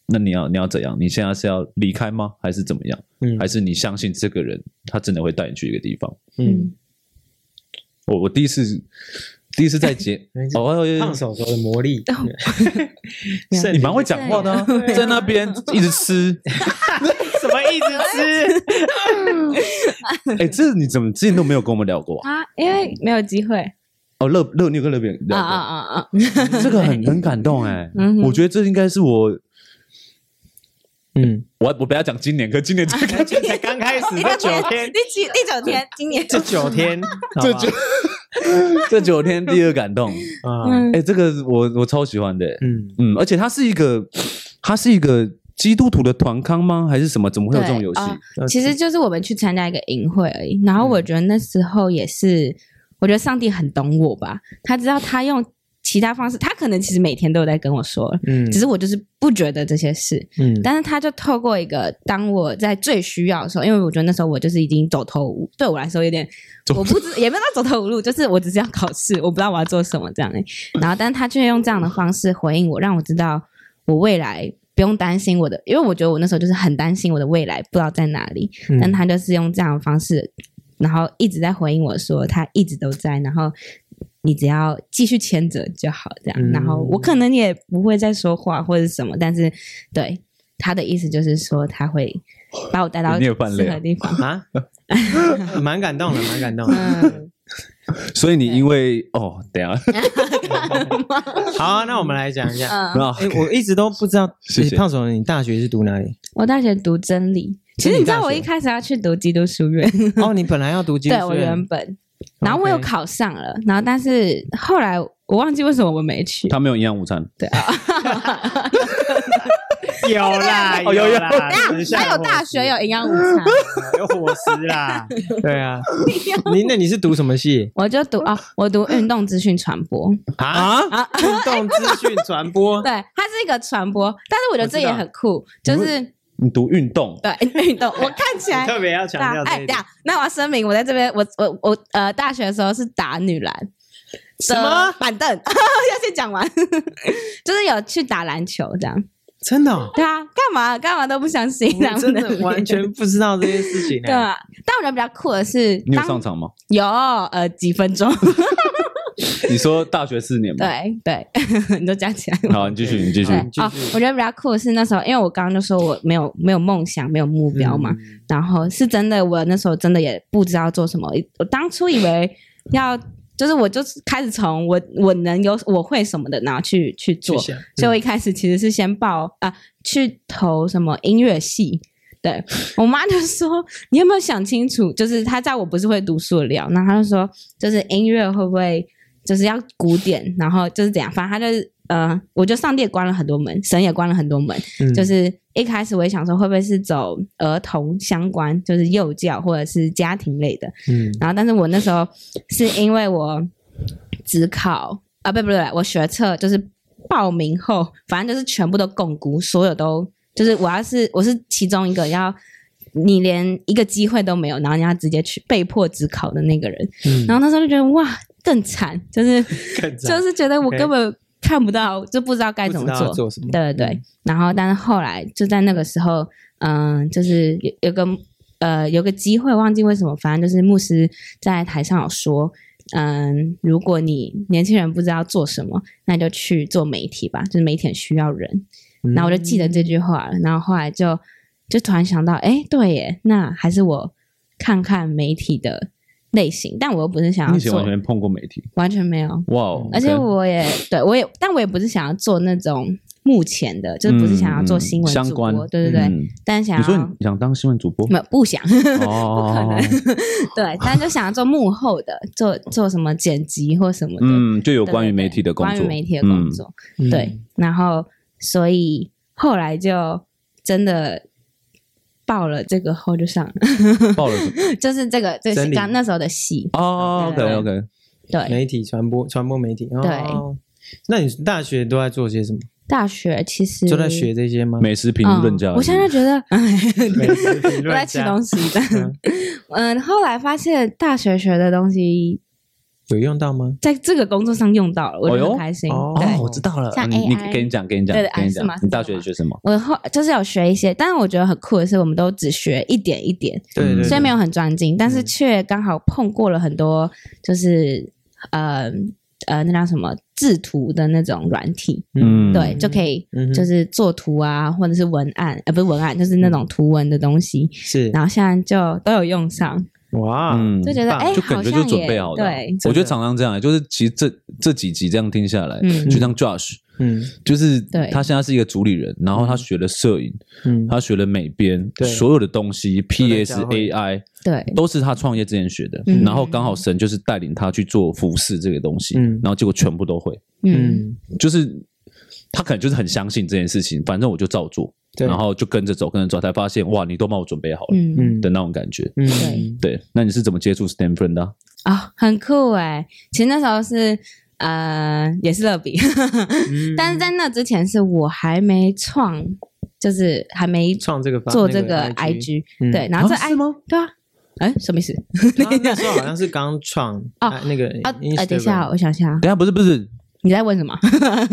[SPEAKER 2] 那你要你要怎样？你现在是要离开吗？还是怎么样？
[SPEAKER 1] 嗯，
[SPEAKER 2] 还是你相信这个人他真的会带你去一个地方？
[SPEAKER 1] 嗯，
[SPEAKER 2] 我我第一次第一次在节
[SPEAKER 1] (laughs) 没事
[SPEAKER 2] 哦，哎
[SPEAKER 3] 嗯
[SPEAKER 2] 呦
[SPEAKER 1] 胖手手的魔力，
[SPEAKER 3] 哦 (laughs) 没有
[SPEAKER 1] 圣
[SPEAKER 2] 你
[SPEAKER 1] 灵
[SPEAKER 2] 蛮会讲话的、啊，在那边一直
[SPEAKER 3] (laughs)
[SPEAKER 2] 吃。
[SPEAKER 1] 什么一直吃？
[SPEAKER 2] 哎、这你怎么之前都没有跟我们聊过啊？
[SPEAKER 3] 啊，因为没有机会
[SPEAKER 2] 哦，乐乐，你有跟乐别人
[SPEAKER 3] 啊
[SPEAKER 2] 聊过？
[SPEAKER 3] 啊啊啊，
[SPEAKER 2] 这个很很感动哎、
[SPEAKER 3] 嗯哼
[SPEAKER 2] 我觉得这应该是我
[SPEAKER 1] 嗯，
[SPEAKER 2] 我我不要讲今年，可今年
[SPEAKER 3] (laughs)
[SPEAKER 2] 才开始
[SPEAKER 1] 才刚开始
[SPEAKER 3] 第
[SPEAKER 1] 这
[SPEAKER 3] 六
[SPEAKER 1] 九
[SPEAKER 3] 天，
[SPEAKER 1] 天，
[SPEAKER 3] (laughs) 第几第九天，今年 (laughs)
[SPEAKER 1] 这九天，
[SPEAKER 4] 这
[SPEAKER 1] 好吧
[SPEAKER 4] 就
[SPEAKER 2] 这九天第二感动。
[SPEAKER 1] 啊，
[SPEAKER 3] 嗯
[SPEAKER 2] 哎，这个我我超喜欢的，
[SPEAKER 1] 嗯，
[SPEAKER 2] 嗯，而且它是一个，它是一个基督徒的团康吗？还是什么？怎么会有这种游戏？
[SPEAKER 3] 对哦其实就是我们去参加一个营会而已。然后
[SPEAKER 1] 嗯
[SPEAKER 3] 我觉得那时候也是，我觉得上帝很懂我吧，他知道他用其他方式，他可能其实每天都有在跟我说，
[SPEAKER 1] 嗯，
[SPEAKER 3] 只是我就是不觉得这些事。
[SPEAKER 1] 嗯，
[SPEAKER 3] 但是他就透过一个，当我在最需要的时候，因为我觉得那时候我就是已经走投无，对我来说有点，我不知也没有到走投无路，就是我只是要考试，我不知道我要做什么这样、欸。然后，但他却用这样的方式回应我，让我知道我未来不用担心我的，因为我觉得我那时候就是很担心我的未来不知道在哪里，
[SPEAKER 1] 嗯
[SPEAKER 3] 但他就是用这样的方式，然后一直在回应我说他一直都在，然后你只要继续牵着就好，这样。
[SPEAKER 1] 嗯
[SPEAKER 3] 然后我可能也不会再说话或者什么，但是对他的意思就是说他会把我带到
[SPEAKER 2] 你也有伴
[SPEAKER 3] 适
[SPEAKER 2] 侣啊
[SPEAKER 3] 合的
[SPEAKER 1] (laughs)
[SPEAKER 3] 地方。
[SPEAKER 1] 啊，蛮感动的，蛮感
[SPEAKER 3] (laughs)
[SPEAKER 1] 动的。
[SPEAKER 3] 嗯，
[SPEAKER 2] 所以你因为哦，等一下，
[SPEAKER 1] (laughs) 好啊，那我们来讲一下。
[SPEAKER 3] 嗯
[SPEAKER 2] 那
[SPEAKER 1] 哎，我一直都不知道，
[SPEAKER 2] 谢谢
[SPEAKER 1] 哎胖总，你大学是读哪
[SPEAKER 2] (laughs)
[SPEAKER 1] 里？
[SPEAKER 3] 我大学读真理，其实你知道我一开始要去读基督书院，
[SPEAKER 1] 哦，你本来要读基督
[SPEAKER 3] 对
[SPEAKER 1] 学院，
[SPEAKER 3] 我原本，然后我有
[SPEAKER 1] OK
[SPEAKER 3] 考上了，然后但是后来我忘记为什么我没去。
[SPEAKER 2] 他没有营养午餐，
[SPEAKER 1] (laughs) 有
[SPEAKER 3] (laughs)
[SPEAKER 1] 啦，
[SPEAKER 2] 哦有
[SPEAKER 1] 有
[SPEAKER 2] 有
[SPEAKER 1] 啦，
[SPEAKER 3] 啊还有大学有营养午餐，
[SPEAKER 1] 有有伙食啦， (laughs) 对
[SPEAKER 3] (laughs)
[SPEAKER 1] 啊。你那你是读什么系
[SPEAKER 3] 我就读哦，我读运动资讯传播，
[SPEAKER 1] 啊？运动资讯传播，
[SPEAKER 3] 对，它是一个传播，但是我觉得这也很酷，就是
[SPEAKER 2] 你读运动，
[SPEAKER 3] (laughs) 对运动，我看起来
[SPEAKER 1] 特别要强
[SPEAKER 3] 打
[SPEAKER 1] 调这
[SPEAKER 3] 哎，
[SPEAKER 1] 一
[SPEAKER 3] 等
[SPEAKER 1] 点。
[SPEAKER 3] 下，那我要声明，我在这边，我我我呃，大学的时候是打女篮，
[SPEAKER 1] 什么
[SPEAKER 3] 的板凳？ (laughs) 要先讲完， (laughs) 就是有去打篮球这样，
[SPEAKER 1] 真的
[SPEAKER 3] (laughs)
[SPEAKER 1] 哦，
[SPEAKER 3] 对啊，干嘛干嘛都不相信，
[SPEAKER 1] 我真的完全不知道这些事情哎
[SPEAKER 3] (laughs) 对
[SPEAKER 1] 呢。
[SPEAKER 3] 啊。但我觉得比较酷的是，
[SPEAKER 2] 你有
[SPEAKER 3] 当
[SPEAKER 2] 上场吗？
[SPEAKER 3] 有呃几
[SPEAKER 1] (laughs)
[SPEAKER 3] 分钟，
[SPEAKER 2] 你说大学四年吗？
[SPEAKER 3] 对对， (laughs) 你都加起来吗。
[SPEAKER 2] 好，你继续，你继续
[SPEAKER 3] 对。
[SPEAKER 1] 嗯就
[SPEAKER 3] 哦
[SPEAKER 1] 是，
[SPEAKER 3] 我觉得比较酷的是那时候，因为我刚刚就说我没有没有梦想，没有目标嘛，然后是真的，我那时候真的也不知道做什么。我当初以为要，就是我就是开始从我我能有我会什么的，然后去去做。
[SPEAKER 1] 去想
[SPEAKER 3] 所以我一开始其实是先报啊、去投什么音乐系。对我妈就说：“你有没有想清楚？就是她在我不是会读书的料，然后她就说，就是音乐会不会就是要古典，然后就是怎样？反正她就是呃，我就上帝也关了很多门，神也关了很多门，
[SPEAKER 1] 嗯
[SPEAKER 3] 就是一开始我也想说，会不会是走儿童相关，就是幼教或者是家庭类的。
[SPEAKER 1] 嗯
[SPEAKER 3] 然后，但是我那时候是因为我只考啊，不不不，我学测就是报名后，反正就是全部都共估，所有都就是我要是我是其中一个要。你连一个机会都没有，然后你要直接去被迫只考的那个人，
[SPEAKER 1] 嗯，
[SPEAKER 3] 然后那时候就觉得哇，更惨，就是
[SPEAKER 1] 更糟
[SPEAKER 3] 就是觉得我
[SPEAKER 1] OK
[SPEAKER 3] 根本看不到，就不知道该
[SPEAKER 1] 不
[SPEAKER 3] 怎
[SPEAKER 1] 知
[SPEAKER 3] 么
[SPEAKER 1] 道要
[SPEAKER 3] 做。
[SPEAKER 1] 做什
[SPEAKER 2] 嗯
[SPEAKER 1] 么？
[SPEAKER 3] 对对对，然后但是后来就在那个时候，嗯、就是有有个呃有个机会，忘记为什么，反正就是牧师在台上有说，嗯，如果你年轻人不知道做什么，那就去做媒体吧，就是媒体很需要人。
[SPEAKER 1] 嗯
[SPEAKER 3] 然后我就记得这句话了，然后后来就就突然想到，哎，对耶，那还是我看看媒体的类型，但我又不是想
[SPEAKER 2] 你
[SPEAKER 3] 要
[SPEAKER 2] 以前
[SPEAKER 3] 做
[SPEAKER 2] 完，全碰过媒体，
[SPEAKER 3] 完全没有，
[SPEAKER 2] 哇哦！
[SPEAKER 3] 而且
[SPEAKER 2] OK
[SPEAKER 3] 我也对我也，但我也不是想要做那种目前的，就是不是想要做新闻
[SPEAKER 2] 嗯嗯相
[SPEAKER 3] 主播，
[SPEAKER 2] 关
[SPEAKER 3] 对对对，
[SPEAKER 2] 嗯
[SPEAKER 3] 但想
[SPEAKER 2] 你
[SPEAKER 3] 要
[SPEAKER 2] 说你想当新闻主播？
[SPEAKER 3] 没有 (laughs) 不想，
[SPEAKER 2] 哦，
[SPEAKER 3] 对，但就想要做幕后的，做做什么剪辑或什么的，
[SPEAKER 2] 嗯，就有
[SPEAKER 3] 对，对
[SPEAKER 2] 关于
[SPEAKER 3] 对
[SPEAKER 2] 媒体的工作，
[SPEAKER 3] 关于媒体的工作，
[SPEAKER 1] 嗯
[SPEAKER 3] 对，然后所以后来就真的。报了这个后就上了， (laughs)
[SPEAKER 2] 嗯，报了什么？
[SPEAKER 3] 就是这个，这
[SPEAKER 1] 真
[SPEAKER 3] 是
[SPEAKER 1] 理
[SPEAKER 3] 刚那时候的戏，
[SPEAKER 2] 哦
[SPEAKER 3] 对
[SPEAKER 2] ，OK OK，
[SPEAKER 3] 对，
[SPEAKER 1] 媒体传播传播媒体。哦，那你大学都在做些什么？
[SPEAKER 3] 大学其实
[SPEAKER 1] 都在学这些吗？
[SPEAKER 2] 美食评
[SPEAKER 3] 嗯
[SPEAKER 2] 论家，
[SPEAKER 3] 我现在觉得，哎，
[SPEAKER 1] (laughs) 美食评
[SPEAKER 3] 都在
[SPEAKER 1] 论
[SPEAKER 3] 吃
[SPEAKER 1] 家
[SPEAKER 3] 东西的。 (laughs) 嗯，后来发现大学学的东西，
[SPEAKER 1] 有用到吗？
[SPEAKER 3] 在这个工作上用到了，我
[SPEAKER 2] 哦
[SPEAKER 3] 觉得
[SPEAKER 2] 哟
[SPEAKER 3] 很开心。
[SPEAKER 1] 哦
[SPEAKER 3] 对
[SPEAKER 2] 哦，，我知道了，
[SPEAKER 3] 像
[SPEAKER 2] 嗯你
[SPEAKER 3] AI
[SPEAKER 2] 给你讲，给你讲，
[SPEAKER 3] 对对
[SPEAKER 2] 给你
[SPEAKER 3] 啊是
[SPEAKER 2] 讲
[SPEAKER 3] 吗是，吗
[SPEAKER 2] 你大学学什么？
[SPEAKER 3] 我后就是有学一些，但是我觉得很酷的是，我们都只学一点一点，
[SPEAKER 1] 对对，对
[SPEAKER 3] 虽然没有很专精，但是
[SPEAKER 2] 嗯
[SPEAKER 3] 却刚好碰过了很多，就是呃呃，那叫什么制图的那种软体，
[SPEAKER 1] 嗯
[SPEAKER 3] 对，就可以
[SPEAKER 1] 嗯哼
[SPEAKER 3] 就是做图啊，或者是文案，呃，不是文案，就是那
[SPEAKER 2] 嗯
[SPEAKER 3] 种图文的东西，
[SPEAKER 1] 是
[SPEAKER 3] 然后现在就都有用上，
[SPEAKER 1] 哇，
[SPEAKER 2] 嗯，
[SPEAKER 3] 就觉得
[SPEAKER 1] 棒
[SPEAKER 3] 哎，
[SPEAKER 2] 就感
[SPEAKER 3] 好
[SPEAKER 2] 觉就
[SPEAKER 3] 像
[SPEAKER 2] 准
[SPEAKER 3] 也
[SPEAKER 2] 备好了。
[SPEAKER 3] 对，
[SPEAKER 1] 真
[SPEAKER 2] 我觉
[SPEAKER 1] 的
[SPEAKER 2] 得常常这样，就是其实这这几集这样听下来，
[SPEAKER 3] 嗯
[SPEAKER 2] 就像 Josh，
[SPEAKER 1] 嗯
[SPEAKER 2] 就是
[SPEAKER 3] 对
[SPEAKER 2] 他现在是一个主理人，然后他学了摄影，
[SPEAKER 1] 嗯，
[SPEAKER 2] 他学了美编，
[SPEAKER 1] 对
[SPEAKER 2] 所有的东西，PS
[SPEAKER 1] 教会
[SPEAKER 2] AI
[SPEAKER 3] 对
[SPEAKER 2] 都是他创业之前学的。
[SPEAKER 3] 嗯
[SPEAKER 2] 然后刚好神就是带领他去做服饰这个东西，
[SPEAKER 1] 嗯
[SPEAKER 2] 然后结果全部都会，
[SPEAKER 3] 嗯
[SPEAKER 1] 嗯，
[SPEAKER 2] 就是他可能就是很相信这件事情，反正我就照做，
[SPEAKER 1] 对，
[SPEAKER 2] 然后就跟着走，跟着走，才发现哇，你都帮我准备好了
[SPEAKER 3] 嗯
[SPEAKER 1] 嗯
[SPEAKER 2] 的那种感觉。
[SPEAKER 1] 嗯
[SPEAKER 3] 对
[SPEAKER 2] 对，那你是怎么接触 Stanford 的啊、
[SPEAKER 3] 啊、很酷哎！其实那时候是呃也是乐比，
[SPEAKER 1] 嗯
[SPEAKER 3] (laughs) 但是在那之前是我还没创，就是还没
[SPEAKER 1] 创这个发
[SPEAKER 3] 做
[SPEAKER 1] 那
[SPEAKER 3] 这个 (laughs)
[SPEAKER 1] IG，
[SPEAKER 3] IG，
[SPEAKER 1] 嗯
[SPEAKER 3] 对，然后这
[SPEAKER 2] 啊
[SPEAKER 3] I
[SPEAKER 2] 是吗？
[SPEAKER 3] 对啊，哎，什么意思？
[SPEAKER 1] 他啊那时候好像是刚创
[SPEAKER 3] 哦
[SPEAKER 1] 啊那个
[SPEAKER 3] 啊，呃，
[SPEAKER 1] Instagram
[SPEAKER 3] 等一下，我想想，
[SPEAKER 2] 等一下不是不
[SPEAKER 3] (laughs)
[SPEAKER 2] 是，
[SPEAKER 3] 你在问什么？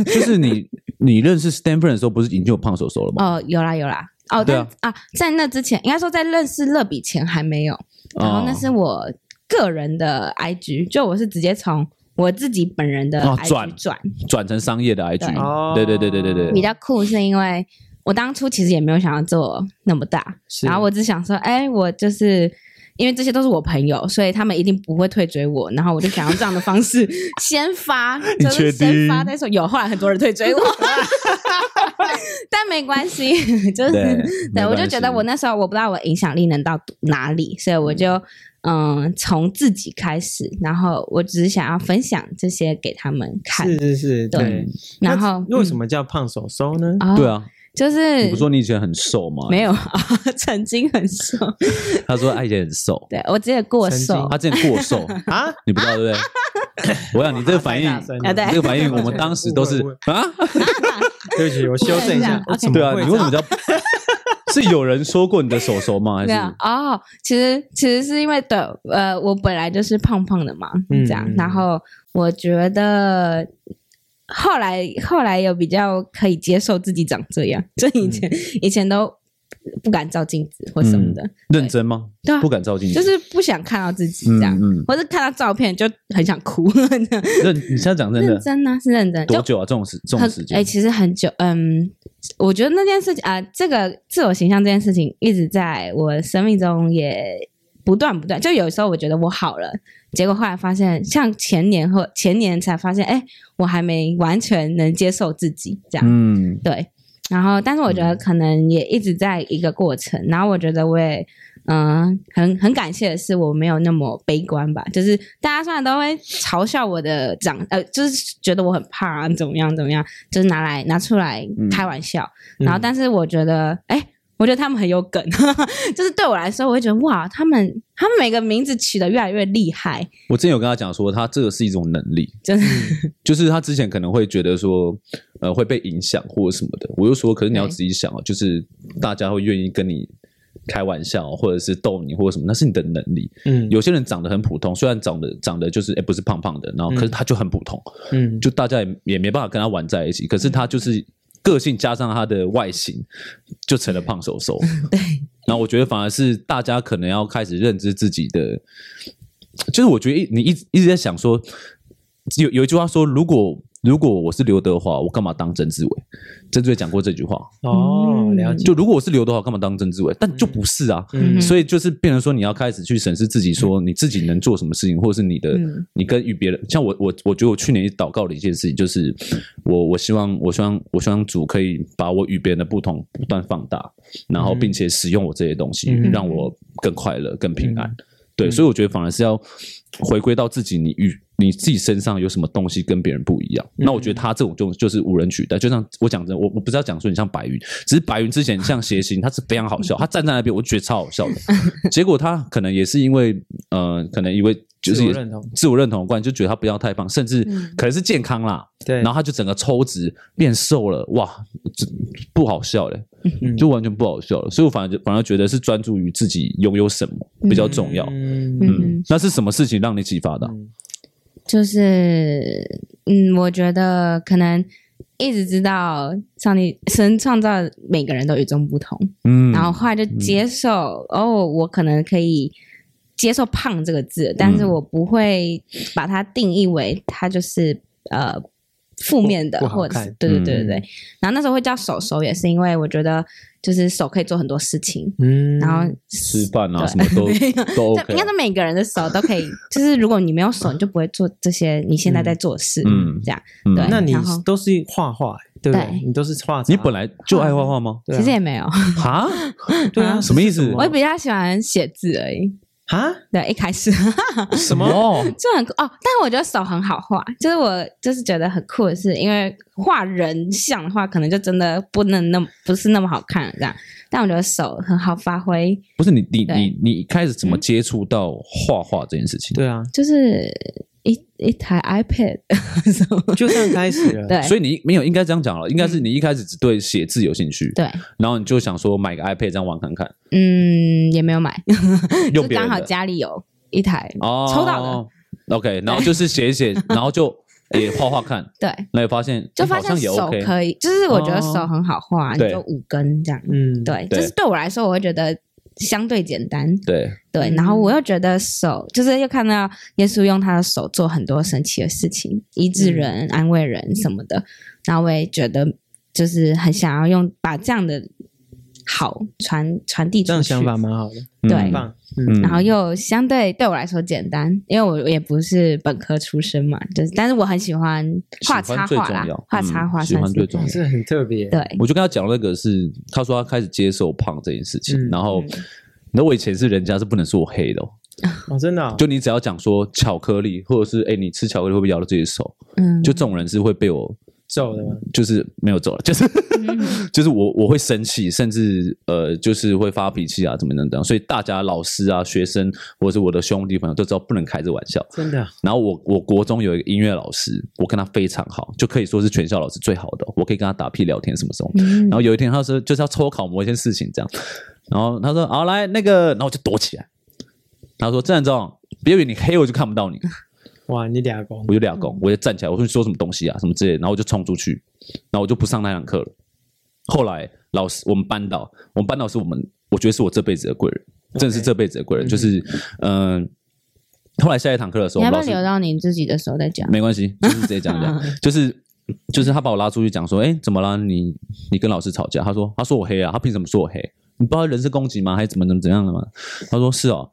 [SPEAKER 2] 就是你你认识 Stanford 的时候，不是已经有胖手手了吗？
[SPEAKER 3] 哦，有啦有啦，哦，
[SPEAKER 2] 对
[SPEAKER 3] 但
[SPEAKER 2] 啊
[SPEAKER 3] 啊，在那之前，应该说在认识乐比前还没有，然后那是我个人的 IG，就我是直接从我自己本人的
[SPEAKER 2] 哦
[SPEAKER 3] IG
[SPEAKER 2] 转
[SPEAKER 3] 转，
[SPEAKER 2] 转成商业的 IG，
[SPEAKER 3] 对
[SPEAKER 1] 哦
[SPEAKER 2] 对对对对对
[SPEAKER 3] 比
[SPEAKER 2] 对，
[SPEAKER 3] 较酷，是因为我当初其实也没有想要做那么大，
[SPEAKER 1] 是
[SPEAKER 3] 然后我只想说，哎、我就是因为这些都是我朋友，所以他们一定不会退追我，然后我就想用这样的方式 (laughs) 先发，
[SPEAKER 2] 你
[SPEAKER 3] 就是
[SPEAKER 2] 确定
[SPEAKER 3] 先发再说。有，后来很多人退追我，但没关系，就是 (laughs)
[SPEAKER 2] 对没
[SPEAKER 3] 对我就
[SPEAKER 2] 关
[SPEAKER 3] 觉得
[SPEAKER 2] 系
[SPEAKER 3] 我那时候我不知道我影响力能到哪里，所以我就。嗯，从自己开始，然后我只是想要分享这些给他们看，
[SPEAKER 1] 是是是，对
[SPEAKER 3] 对。然后嗯
[SPEAKER 1] 那为什么叫胖手手呢？
[SPEAKER 3] 啊
[SPEAKER 2] 对啊，
[SPEAKER 3] 就是
[SPEAKER 2] 你不说你以前很瘦吗？
[SPEAKER 3] 没有 (laughs) 啊，曾经很
[SPEAKER 2] (laughs)
[SPEAKER 3] 瘦，
[SPEAKER 2] 他说他以前很瘦，
[SPEAKER 3] 对我直接过瘦
[SPEAKER 2] 他之前过
[SPEAKER 3] (laughs)
[SPEAKER 2] 瘦，
[SPEAKER 1] 啊，
[SPEAKER 2] 你不知道对不对？我想你这个反应，
[SPEAKER 1] 太大声了
[SPEAKER 3] 啊对，
[SPEAKER 2] 你这个反应我们当时都是
[SPEAKER 1] 误会
[SPEAKER 2] 啊，
[SPEAKER 1] 对不起，我修正一下
[SPEAKER 3] OK (laughs)
[SPEAKER 1] 怎么
[SPEAKER 2] 对啊，
[SPEAKER 1] 会
[SPEAKER 2] 你为什么叫？ (laughs) 是有人说过你的手手吗？还
[SPEAKER 3] 没
[SPEAKER 2] 是
[SPEAKER 3] 有哦，其实其实是因为对呃，我本来就是胖胖的嘛，
[SPEAKER 1] 嗯
[SPEAKER 3] 这样
[SPEAKER 1] 嗯，
[SPEAKER 3] 然后我觉得后来后来有比较可以接受自己长这样，就以前、以前都不敢照镜子或什么的，
[SPEAKER 2] 认真吗？
[SPEAKER 3] 对啊
[SPEAKER 2] 嗯不敢照镜子，
[SPEAKER 3] 就是不想看到自己
[SPEAKER 2] 嗯
[SPEAKER 3] 这样，
[SPEAKER 2] (laughs) 嗯，
[SPEAKER 3] 或是看到照片就很想哭， (laughs)
[SPEAKER 2] 认你现在讲真
[SPEAKER 3] 认
[SPEAKER 2] 的
[SPEAKER 3] 真呢、是认真，就
[SPEAKER 2] 多久啊？这种时这种
[SPEAKER 3] 很
[SPEAKER 2] 时
[SPEAKER 3] 哎、
[SPEAKER 2] 间，
[SPEAKER 3] 其实很久，嗯，我觉得那件事情啊、这个自我形象这件事情，一直在我生命中也不断不断。就有时候我觉得我好了，结果后来发现，像前年后前年才发现，哎、我还没完全能接受自己这样。
[SPEAKER 2] 嗯，
[SPEAKER 3] 对，然后但是我觉
[SPEAKER 1] 嗯
[SPEAKER 3] 得可能也一直在一个过程，然后我觉得我也。嗯，很很感谢的是，我没有那么悲观吧。就是大家虽然都会嘲笑我的长，呃，就是觉得我很胖啊，怎么样怎么样，就是拿来拿出来
[SPEAKER 2] 嗯
[SPEAKER 3] 开玩笑。
[SPEAKER 1] 嗯
[SPEAKER 3] 然后，但是我觉得，哎、我觉得他们很有梗， (laughs) 就是对我来说，我会觉得哇，他们他们每个名字取得越来越厉害，
[SPEAKER 2] 我之前有跟他讲说，他这个是一种能力，
[SPEAKER 3] 真的。
[SPEAKER 2] 就是他之前可能会觉得说，呃，会被影响或者什么的。我就说，可是你要
[SPEAKER 3] 对
[SPEAKER 2] 自己想哦，就是大家会愿意跟你开玩笑，或者是逗你或者什么，那是你的能力。
[SPEAKER 1] 嗯
[SPEAKER 2] 有些人长得很普通，虽然长得长得就是哎、不是胖胖的，然后
[SPEAKER 1] 嗯
[SPEAKER 2] 可是他就很普通，
[SPEAKER 1] 嗯
[SPEAKER 2] 就大家也也没办法跟他玩在一起。可是他就是个性加上他的外形，就成了胖手手。
[SPEAKER 3] 对，
[SPEAKER 2] 然后我觉得反而是大家可能要开始认知自己的，就是我觉得一你一直一直在想说，有有一句话说，如果如果我是刘德华，我干嘛当曾志伟？曾志伟讲过这句话，
[SPEAKER 3] 嗯
[SPEAKER 1] 哦，了解，
[SPEAKER 2] 就如果我是刘德华，我干嘛当曾志伟？但就不是啊。
[SPEAKER 1] 嗯
[SPEAKER 2] 所以就是变成说，你要开始去审视自己，说你自己能做什么事情，或者是你的，
[SPEAKER 3] 嗯
[SPEAKER 2] 你跟与别人，像我，我我觉得我去年祷告的一件事情，就是我我希望我希望我希望主可以把我与别人的不同不断放大，然后并且使用我这些东西，
[SPEAKER 1] 嗯
[SPEAKER 2] 让我更快乐、更平安。对，所以我觉得反而是要回归到自己，你与你自己身上有什么东西跟别人不一样。那我觉
[SPEAKER 1] 嗯
[SPEAKER 2] 得他这种就就是无人取代。就像我讲真的，我我不是要讲说你像白云，只是白云之前像谐星，他是非常好笑，他站在那边我就觉得超好
[SPEAKER 1] (laughs)
[SPEAKER 2] 笑的。结果他可能也是因为呃，可能因为就是
[SPEAKER 1] 自我
[SPEAKER 2] 也
[SPEAKER 1] 认同嗯
[SPEAKER 2] 自我认同的关系，就觉得他不要太胖，甚至可能是健康啦。
[SPEAKER 1] 对，
[SPEAKER 2] 然后他就整个抽脂变瘦了，哇，这不好笑嘞，
[SPEAKER 1] 嗯
[SPEAKER 2] 就完全不好笑了。所以我反而反而觉得是专注于自己拥有什么比较重要。
[SPEAKER 1] 嗯
[SPEAKER 3] 嗯
[SPEAKER 2] 嗯，那是什么事情让你启发的啊？
[SPEAKER 3] 就是，嗯，我觉得可能一直知道上帝神创造每个人都与众不同，
[SPEAKER 2] 嗯，
[SPEAKER 3] 然后后来就接受、哦，我可能可以接受“胖”
[SPEAKER 1] 嗯
[SPEAKER 3] 这个字，但是我不会把它定义为它就是呃负面的
[SPEAKER 1] 不，不好
[SPEAKER 3] 或者是
[SPEAKER 1] 看
[SPEAKER 3] 对对对对
[SPEAKER 1] 嗯
[SPEAKER 3] 对。然后那时候会叫手手，也是因为我觉得就是手可以做很多事情，
[SPEAKER 1] 嗯，
[SPEAKER 3] 然后
[SPEAKER 2] 吃饭啊
[SPEAKER 3] 对
[SPEAKER 2] 什么都
[SPEAKER 3] 没有
[SPEAKER 2] 都
[SPEAKER 3] 就
[SPEAKER 2] OK 啊
[SPEAKER 3] 应。该说每个人的手都
[SPEAKER 2] (laughs)
[SPEAKER 3] 可以，就是如果你没有手，你就不会做这些你现在在做的事。
[SPEAKER 2] 嗯
[SPEAKER 3] 嗯，这样
[SPEAKER 2] 嗯
[SPEAKER 3] 对
[SPEAKER 1] 那你
[SPEAKER 3] 然后
[SPEAKER 1] 都是画画，对不对？
[SPEAKER 3] 对
[SPEAKER 1] 你都是画插，
[SPEAKER 2] 你本来就爱画画吗？
[SPEAKER 1] 对啊
[SPEAKER 3] 其实也没有，
[SPEAKER 2] 哈，
[SPEAKER 1] 对啊，
[SPEAKER 2] (laughs) 什么意思
[SPEAKER 1] 这
[SPEAKER 3] 我
[SPEAKER 1] 是
[SPEAKER 3] 比较喜欢写字而已。
[SPEAKER 1] 啊？
[SPEAKER 3] 对，一开始就
[SPEAKER 1] 什么？
[SPEAKER 2] 哦，
[SPEAKER 3] 很酷哦，但我觉得手很好画，就是我就是觉得很酷的是，因为画人像的话，可能就真的不能那么不是那么好看这样，但我觉得手很好发挥，
[SPEAKER 2] 不是你你
[SPEAKER 3] 对
[SPEAKER 2] 你你开始怎么接触到画画这件事情？
[SPEAKER 1] 对啊，
[SPEAKER 3] 就是一一台 iPad 什么
[SPEAKER 1] 就这样开始
[SPEAKER 2] (laughs)
[SPEAKER 1] 了。
[SPEAKER 3] 对
[SPEAKER 2] 呃所以你没有应该这样讲了，应该是你一开始只对写字有兴趣，
[SPEAKER 3] 对，
[SPEAKER 2] 然后你就想说买个 iPad 这样玩看看，
[SPEAKER 3] 嗯，也没有买，就 (laughs)
[SPEAKER 2] 用别
[SPEAKER 3] 刚
[SPEAKER 2] 人
[SPEAKER 3] 好
[SPEAKER 2] 的
[SPEAKER 3] 家里有一台
[SPEAKER 2] 哦
[SPEAKER 3] 抽到的，
[SPEAKER 2] OK，然后就是写一写， (laughs) 然后就也画画看，
[SPEAKER 3] 对，
[SPEAKER 2] 那也发现
[SPEAKER 3] 就
[SPEAKER 2] 诶
[SPEAKER 3] 发
[SPEAKER 2] 好
[SPEAKER 3] 现
[SPEAKER 2] 像也
[SPEAKER 3] 手
[SPEAKER 2] OK，
[SPEAKER 3] 可以，就是我觉得
[SPEAKER 2] 哦
[SPEAKER 3] 手很好画，
[SPEAKER 2] 对
[SPEAKER 3] 你就五根这样，
[SPEAKER 1] 嗯，
[SPEAKER 3] 对，
[SPEAKER 2] 对
[SPEAKER 3] 就是对我来说，我会觉得相对简单，
[SPEAKER 2] 对，
[SPEAKER 3] 对，
[SPEAKER 1] 嗯
[SPEAKER 3] 然后我又觉得手，就是又看到耶稣用他的手做很多神奇的事情，医治人、安慰人什么的，然后我也觉得就是很想要用把这样的好传传递
[SPEAKER 1] 这
[SPEAKER 3] 出
[SPEAKER 1] 样
[SPEAKER 3] 去，
[SPEAKER 1] 想法蛮好的，
[SPEAKER 2] 嗯
[SPEAKER 3] 对
[SPEAKER 1] 很棒。嗯，
[SPEAKER 2] 嗯
[SPEAKER 3] 然后又相对对我来说简单，因为我也不是本科出身嘛，就是但是我很喜欢画
[SPEAKER 2] 喜欢
[SPEAKER 3] 插
[SPEAKER 2] 最
[SPEAKER 3] 画
[SPEAKER 2] 重
[SPEAKER 3] 啦
[SPEAKER 2] 要，
[SPEAKER 3] 画
[SPEAKER 2] 嗯
[SPEAKER 3] 插画
[SPEAKER 2] 喜
[SPEAKER 3] 算
[SPEAKER 2] 欢
[SPEAKER 3] 是
[SPEAKER 2] 最重要
[SPEAKER 1] 这很特别。
[SPEAKER 3] 对，
[SPEAKER 2] 我就跟他讲那个是，他说他开始接受胖这件事情，
[SPEAKER 1] 嗯
[SPEAKER 2] 然后
[SPEAKER 3] 嗯
[SPEAKER 2] 你知道我以前是人家是不能说我黑的、哦，
[SPEAKER 1] 哦，真的哦，
[SPEAKER 2] 就你只要讲说巧克力，或者是哎、诶你吃巧克力会不会咬到自己的手，
[SPEAKER 3] 嗯，
[SPEAKER 2] 就这种人是会被我
[SPEAKER 1] 皱的嘛。
[SPEAKER 2] 就是没有走了，就是 (laughs) 就是我我会生气，甚至呃就是会发脾气啊，怎么怎么样，所以大家老师啊、学生或者是我的兄弟朋友都知道不能开这玩笑。
[SPEAKER 1] 真的哦，
[SPEAKER 2] 然后我我国中有一个音乐老师，我跟他非常好，就可以说是全校老师最好的哦，我可以跟他打屁聊天什么什么。
[SPEAKER 3] 嗯
[SPEAKER 2] 然后有一天他说就是要抽考某一件事情这样，然后他说好来那个，然后我就躲起来。他说郑总，别以为你黑我就看不到你，
[SPEAKER 1] 哇，你俩公
[SPEAKER 2] 我就俩
[SPEAKER 3] 嗯
[SPEAKER 2] 拱，我就站起来，我说你说什么东西啊什么之类的，然后我就冲出去，然后我就不上那堂课了。后来老师我们班导，我们班导是我们我觉得是我这辈子的贵人，真的是这辈子的贵人，就是嗯、后来下一堂课的时候，
[SPEAKER 3] 你
[SPEAKER 2] 我
[SPEAKER 3] 要
[SPEAKER 2] 们
[SPEAKER 3] 不
[SPEAKER 2] 老
[SPEAKER 3] 要
[SPEAKER 2] 师
[SPEAKER 3] 留嗯到你自己的时候再讲？
[SPEAKER 2] 没关系，就是直接
[SPEAKER 3] (laughs)
[SPEAKER 2] 讲讲，就是就是他把我拉出去讲说，哎、怎么啦？你你跟老师吵架？他说他说我黑啊，他凭什么说我黑？你不知道人身攻击吗？还是怎么怎么怎样的吗？他说是哦，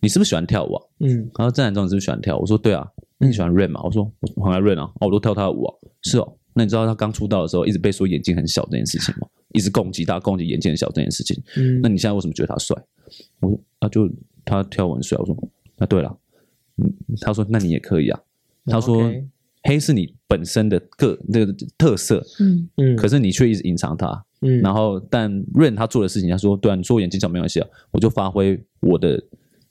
[SPEAKER 2] 你是不是喜欢跳舞啊？
[SPEAKER 1] 嗯，
[SPEAKER 2] 他说郑南中你是不是喜欢跳舞？我说对啊，那你喜欢 Rain 吗？我说我很爱 Rain 啊，哦我都跳他的舞啊。是哦，那你知道他刚出道的时候一直被说眼睛很小这件事情吗？一直攻击他攻击眼睛很小这件事情，
[SPEAKER 1] 嗯
[SPEAKER 2] 那你现在为什么觉得他帅？我说啊，就他跳舞很帅。我说那对了，嗯，他说那你也可以啊。他说
[SPEAKER 1] 哦 OK
[SPEAKER 2] 黑是你本身的个那个特色，
[SPEAKER 3] 嗯
[SPEAKER 1] 嗯，
[SPEAKER 2] 可是你却一直隐藏它。
[SPEAKER 1] 嗯，
[SPEAKER 2] 然后，但润他做的事情，他说对啊，你说我眼睛小没关系啊，我就发挥我的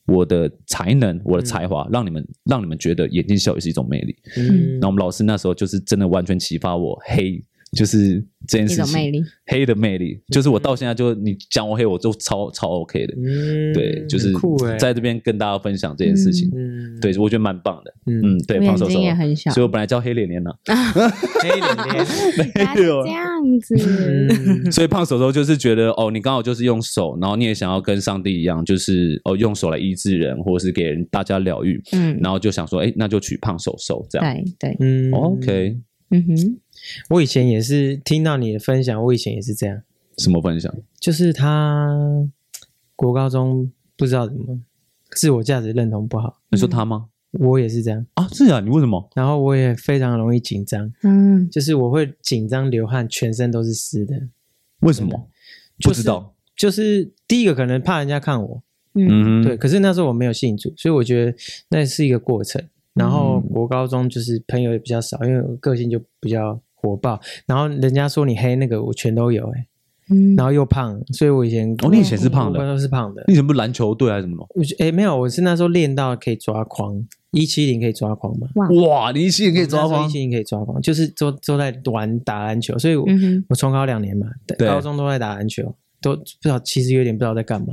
[SPEAKER 2] 我的才能，我的才华，让你们让你们觉得眼睛小也是一种魅力。
[SPEAKER 1] 嗯
[SPEAKER 2] 然后我们老师那时候就是真的完全启发我黑，就是这件
[SPEAKER 3] 一
[SPEAKER 2] 事
[SPEAKER 3] 种
[SPEAKER 2] 情
[SPEAKER 3] 魅力，
[SPEAKER 2] 黑的魅力，就是我到现在就你讲我黑，我就超超 OK 的。
[SPEAKER 1] 嗯，
[SPEAKER 2] 对，就是
[SPEAKER 1] 很酷哎，
[SPEAKER 2] 在这边跟大家分享这件事情，
[SPEAKER 1] 嗯，
[SPEAKER 2] 对我觉得蛮棒的。
[SPEAKER 1] 嗯
[SPEAKER 2] 嗯，对，
[SPEAKER 3] 我
[SPEAKER 2] 胖
[SPEAKER 3] 眼
[SPEAKER 2] 手手
[SPEAKER 3] 睛也很小 (laughs)
[SPEAKER 2] 所以我本来叫黑脸脸呢，
[SPEAKER 1] 黑脸脸，
[SPEAKER 3] 原来是这样
[SPEAKER 2] (laughs)
[SPEAKER 3] 子。
[SPEAKER 1] 嗯
[SPEAKER 2] 所以胖手手就是觉得哦，你刚好就是用手，然后你也想要跟上帝一样，就是哦用手来医治人，或是给人大家疗愈，
[SPEAKER 3] 嗯，
[SPEAKER 2] 然后就想说，哎，那就取胖手手这样。哦
[SPEAKER 3] 对对，
[SPEAKER 1] 嗯
[SPEAKER 2] (laughs) OK，
[SPEAKER 3] 嗯哼，
[SPEAKER 1] 我以前也是听到你的分享，我以前也是这样，
[SPEAKER 2] 什么分享？
[SPEAKER 1] 就是他国高中不知道怎么自我价值认同不好，
[SPEAKER 2] 你说他吗？
[SPEAKER 1] 我也是这样，
[SPEAKER 2] 啊，是啊，你为什么？
[SPEAKER 1] 然后我也非常容易紧张，
[SPEAKER 3] 嗯
[SPEAKER 1] 就是我会紧张流汗，全身都是湿的，
[SPEAKER 2] 为什么？
[SPEAKER 1] 就
[SPEAKER 2] 不
[SPEAKER 1] 是
[SPEAKER 2] 知道。
[SPEAKER 1] 就是第一个可能怕人家看我，
[SPEAKER 3] 嗯
[SPEAKER 2] 嗯，
[SPEAKER 1] 对，，可是那时候我没有信主，所以我觉得那是一个过程。然后
[SPEAKER 2] 嗯
[SPEAKER 1] 国高中就是朋友也比较少，因为我个性就比较火爆。然后人家说你黑那个，我全都有哎、欸
[SPEAKER 3] 嗯
[SPEAKER 1] 然后又胖，所以我以前
[SPEAKER 2] 哦，你以前是胖
[SPEAKER 1] 我
[SPEAKER 2] 的，
[SPEAKER 1] 都是胖的。
[SPEAKER 2] 你以前不是篮球队还是什么的？
[SPEAKER 1] 我觉哎、没有，我是那时候练到可以抓狂，一七零可以抓狂嘛？
[SPEAKER 2] 哇，你一起也可以抓
[SPEAKER 1] 一
[SPEAKER 2] 狂
[SPEAKER 1] 七零可以抓狂，就是都都在玩打篮球，所以我、
[SPEAKER 3] 嗯哼，
[SPEAKER 1] 我重考两年嘛，
[SPEAKER 2] 对
[SPEAKER 1] 高中都在打篮球，都不知道其实有点不知道在干嘛。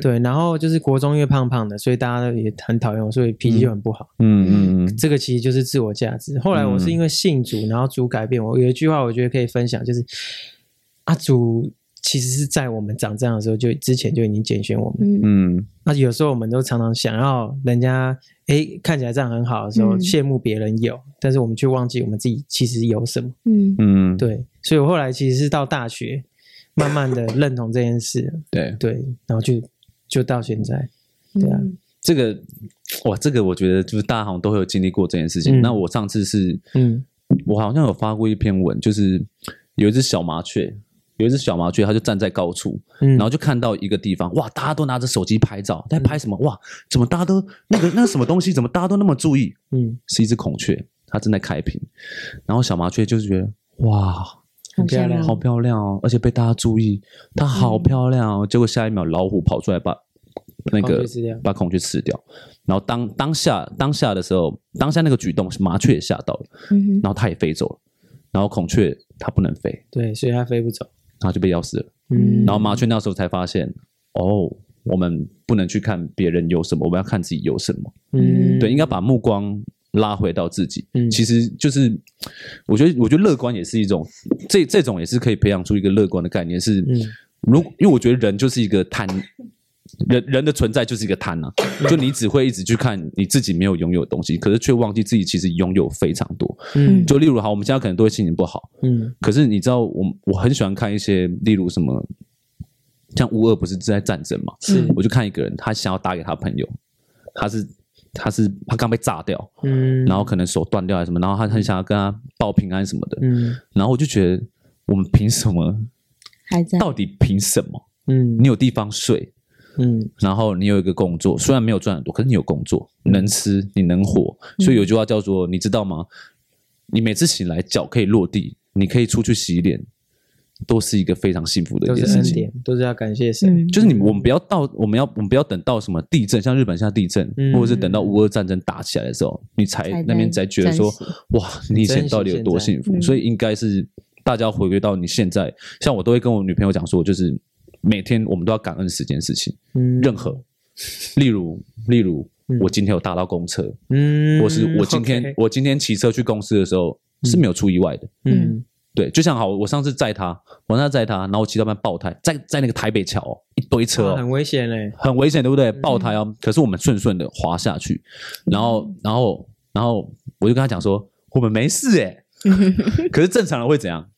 [SPEAKER 1] 对，然后就是国中因为胖胖的，所以大家都也很讨厌我，所以脾气就很不好。
[SPEAKER 2] 嗯嗯嗯，
[SPEAKER 1] 这个其实就是自我价值。后来我啊是因为信主，然后主改变我。有一句话我觉得可以分享，就是阿主其实是在我们长这样的时候就之前就已经拣选我们。
[SPEAKER 3] 嗯
[SPEAKER 2] 嗯，
[SPEAKER 1] 那有时候我们都常常想要人家诶看起来这样很好的时候，
[SPEAKER 3] 嗯
[SPEAKER 1] 羡慕别人有，但是我们却忘记我们自己其实有什么。
[SPEAKER 3] 嗯
[SPEAKER 2] 嗯，
[SPEAKER 1] 对，所以我后来其实是到大学，慢慢
[SPEAKER 2] (laughs)
[SPEAKER 1] 的认同这件事，
[SPEAKER 2] 对，
[SPEAKER 1] 对，然后就就到现在，
[SPEAKER 3] 嗯
[SPEAKER 1] 对啊
[SPEAKER 2] 这个哇，这个我觉得就是大家好像都会有经历过这件事情。
[SPEAKER 1] 嗯
[SPEAKER 2] 那我上次是，
[SPEAKER 1] 嗯
[SPEAKER 2] 我好像有发过一篇文，就是有一只小麻雀，有一只小麻雀，它就站在高处，
[SPEAKER 1] 嗯，
[SPEAKER 2] 然后就看到一个地方，哇，大家都拿着手机拍照，在拍什么？哇，怎么大家都那个那个什么东西，怎么大家都那么注意？
[SPEAKER 1] 嗯，
[SPEAKER 2] 是一只孔雀，它正在开屏，然后小麻雀就是觉得哇，
[SPEAKER 1] 很漂亮嗯
[SPEAKER 2] 好漂亮哦，而且被大家注意，它好
[SPEAKER 1] 嗯
[SPEAKER 2] 漂亮哦。结果下一秒，老虎跑出来把那
[SPEAKER 1] 孔
[SPEAKER 2] 个
[SPEAKER 1] 雀吃掉
[SPEAKER 2] 把孔雀吃掉。然后当当下当下的时候，当下那个举动，麻雀也吓到了，
[SPEAKER 3] 嗯
[SPEAKER 2] 然后它也飞走了。然后孔雀它不能飞，
[SPEAKER 1] 对，所以它飞不走，
[SPEAKER 2] 然后就被咬死了。
[SPEAKER 1] 嗯，
[SPEAKER 2] 然后麻雀那时候才发现，哦，我们不能去看别人有什么，我们要看自己有什么。
[SPEAKER 1] 嗯，
[SPEAKER 2] 对，应该把目光拉回到自己。
[SPEAKER 1] 嗯
[SPEAKER 2] 其实就是，我觉得，我觉得乐观也是一种，这这种也是可以培养出一个乐观的概念。是，
[SPEAKER 1] 嗯
[SPEAKER 2] 如因为我觉得人就是一个贪，人人的存在就是一个贪啊，
[SPEAKER 1] 嗯
[SPEAKER 2] 就你只会一直去看你自己没有拥有的东西，可是却忘记自己其实拥有非常多。
[SPEAKER 1] 嗯
[SPEAKER 2] 就例如，好，我们现在可能都会心情不好，
[SPEAKER 1] 嗯
[SPEAKER 2] 可是你知道我，我很喜欢看一些，例如什么。像乌俄不是在战争嘛？
[SPEAKER 1] 是
[SPEAKER 2] 我就看一个人，他想要打给他朋友，他是他是他刚被炸掉，
[SPEAKER 1] 嗯，
[SPEAKER 2] 然后可能手断掉还是什么，然后他很想要跟他报平安什么的，
[SPEAKER 1] 嗯
[SPEAKER 2] 然后我就觉得我们凭什么？
[SPEAKER 3] 还在
[SPEAKER 2] 到底凭什么？
[SPEAKER 1] 嗯
[SPEAKER 2] 你有地方睡，
[SPEAKER 1] 嗯
[SPEAKER 2] 然后你有一个工作，虽然没有赚很多，可是你有工作，能吃，你能活，所以有句话叫做，你知道吗？你每次醒来脚可以落地，你可以出去洗脸，都是一个非常幸福的
[SPEAKER 1] 都
[SPEAKER 2] 一
[SPEAKER 1] 是
[SPEAKER 2] 件事
[SPEAKER 1] 恩
[SPEAKER 2] 情。
[SPEAKER 1] 典，都是要感谢神，
[SPEAKER 3] 嗯
[SPEAKER 2] 就是你，我们不要到，我们要，我们不要等到什么地震，像日本现在地震，
[SPEAKER 1] 嗯
[SPEAKER 2] 或者是等到乌俄战争打起来的时候，你才
[SPEAKER 3] 才
[SPEAKER 2] 那边才觉得说
[SPEAKER 3] 珍惜，
[SPEAKER 2] 哇，你以前到底有多幸
[SPEAKER 3] 珍惜现
[SPEAKER 2] 福？
[SPEAKER 3] 在
[SPEAKER 2] 所以应该是大家回归到你现在，像我都会跟我女朋友讲说，就是每天我们都要感恩十件事情，
[SPEAKER 1] 嗯
[SPEAKER 2] 任何，例如，例如
[SPEAKER 1] 嗯
[SPEAKER 2] 我今天有搭到公车，
[SPEAKER 1] 嗯，
[SPEAKER 2] 或是我今天
[SPEAKER 1] OK，
[SPEAKER 2] 我今天骑车去公司的时候是没有出意外的，
[SPEAKER 1] 嗯
[SPEAKER 2] 对，就像好，我上次载他，我上次载他，然后我骑到一半爆胎，在在那个台北桥、哦、一堆车、
[SPEAKER 1] 哇
[SPEAKER 2] 哦，
[SPEAKER 1] 很嗯危险嘞，
[SPEAKER 2] 很危险，对不对？爆胎哦！可是我们顺顺的滑下去，
[SPEAKER 1] 嗯
[SPEAKER 2] 然后，然后，然后我就跟他讲说，我们没
[SPEAKER 1] (laughs)
[SPEAKER 2] 事哎、可是正常人会怎样？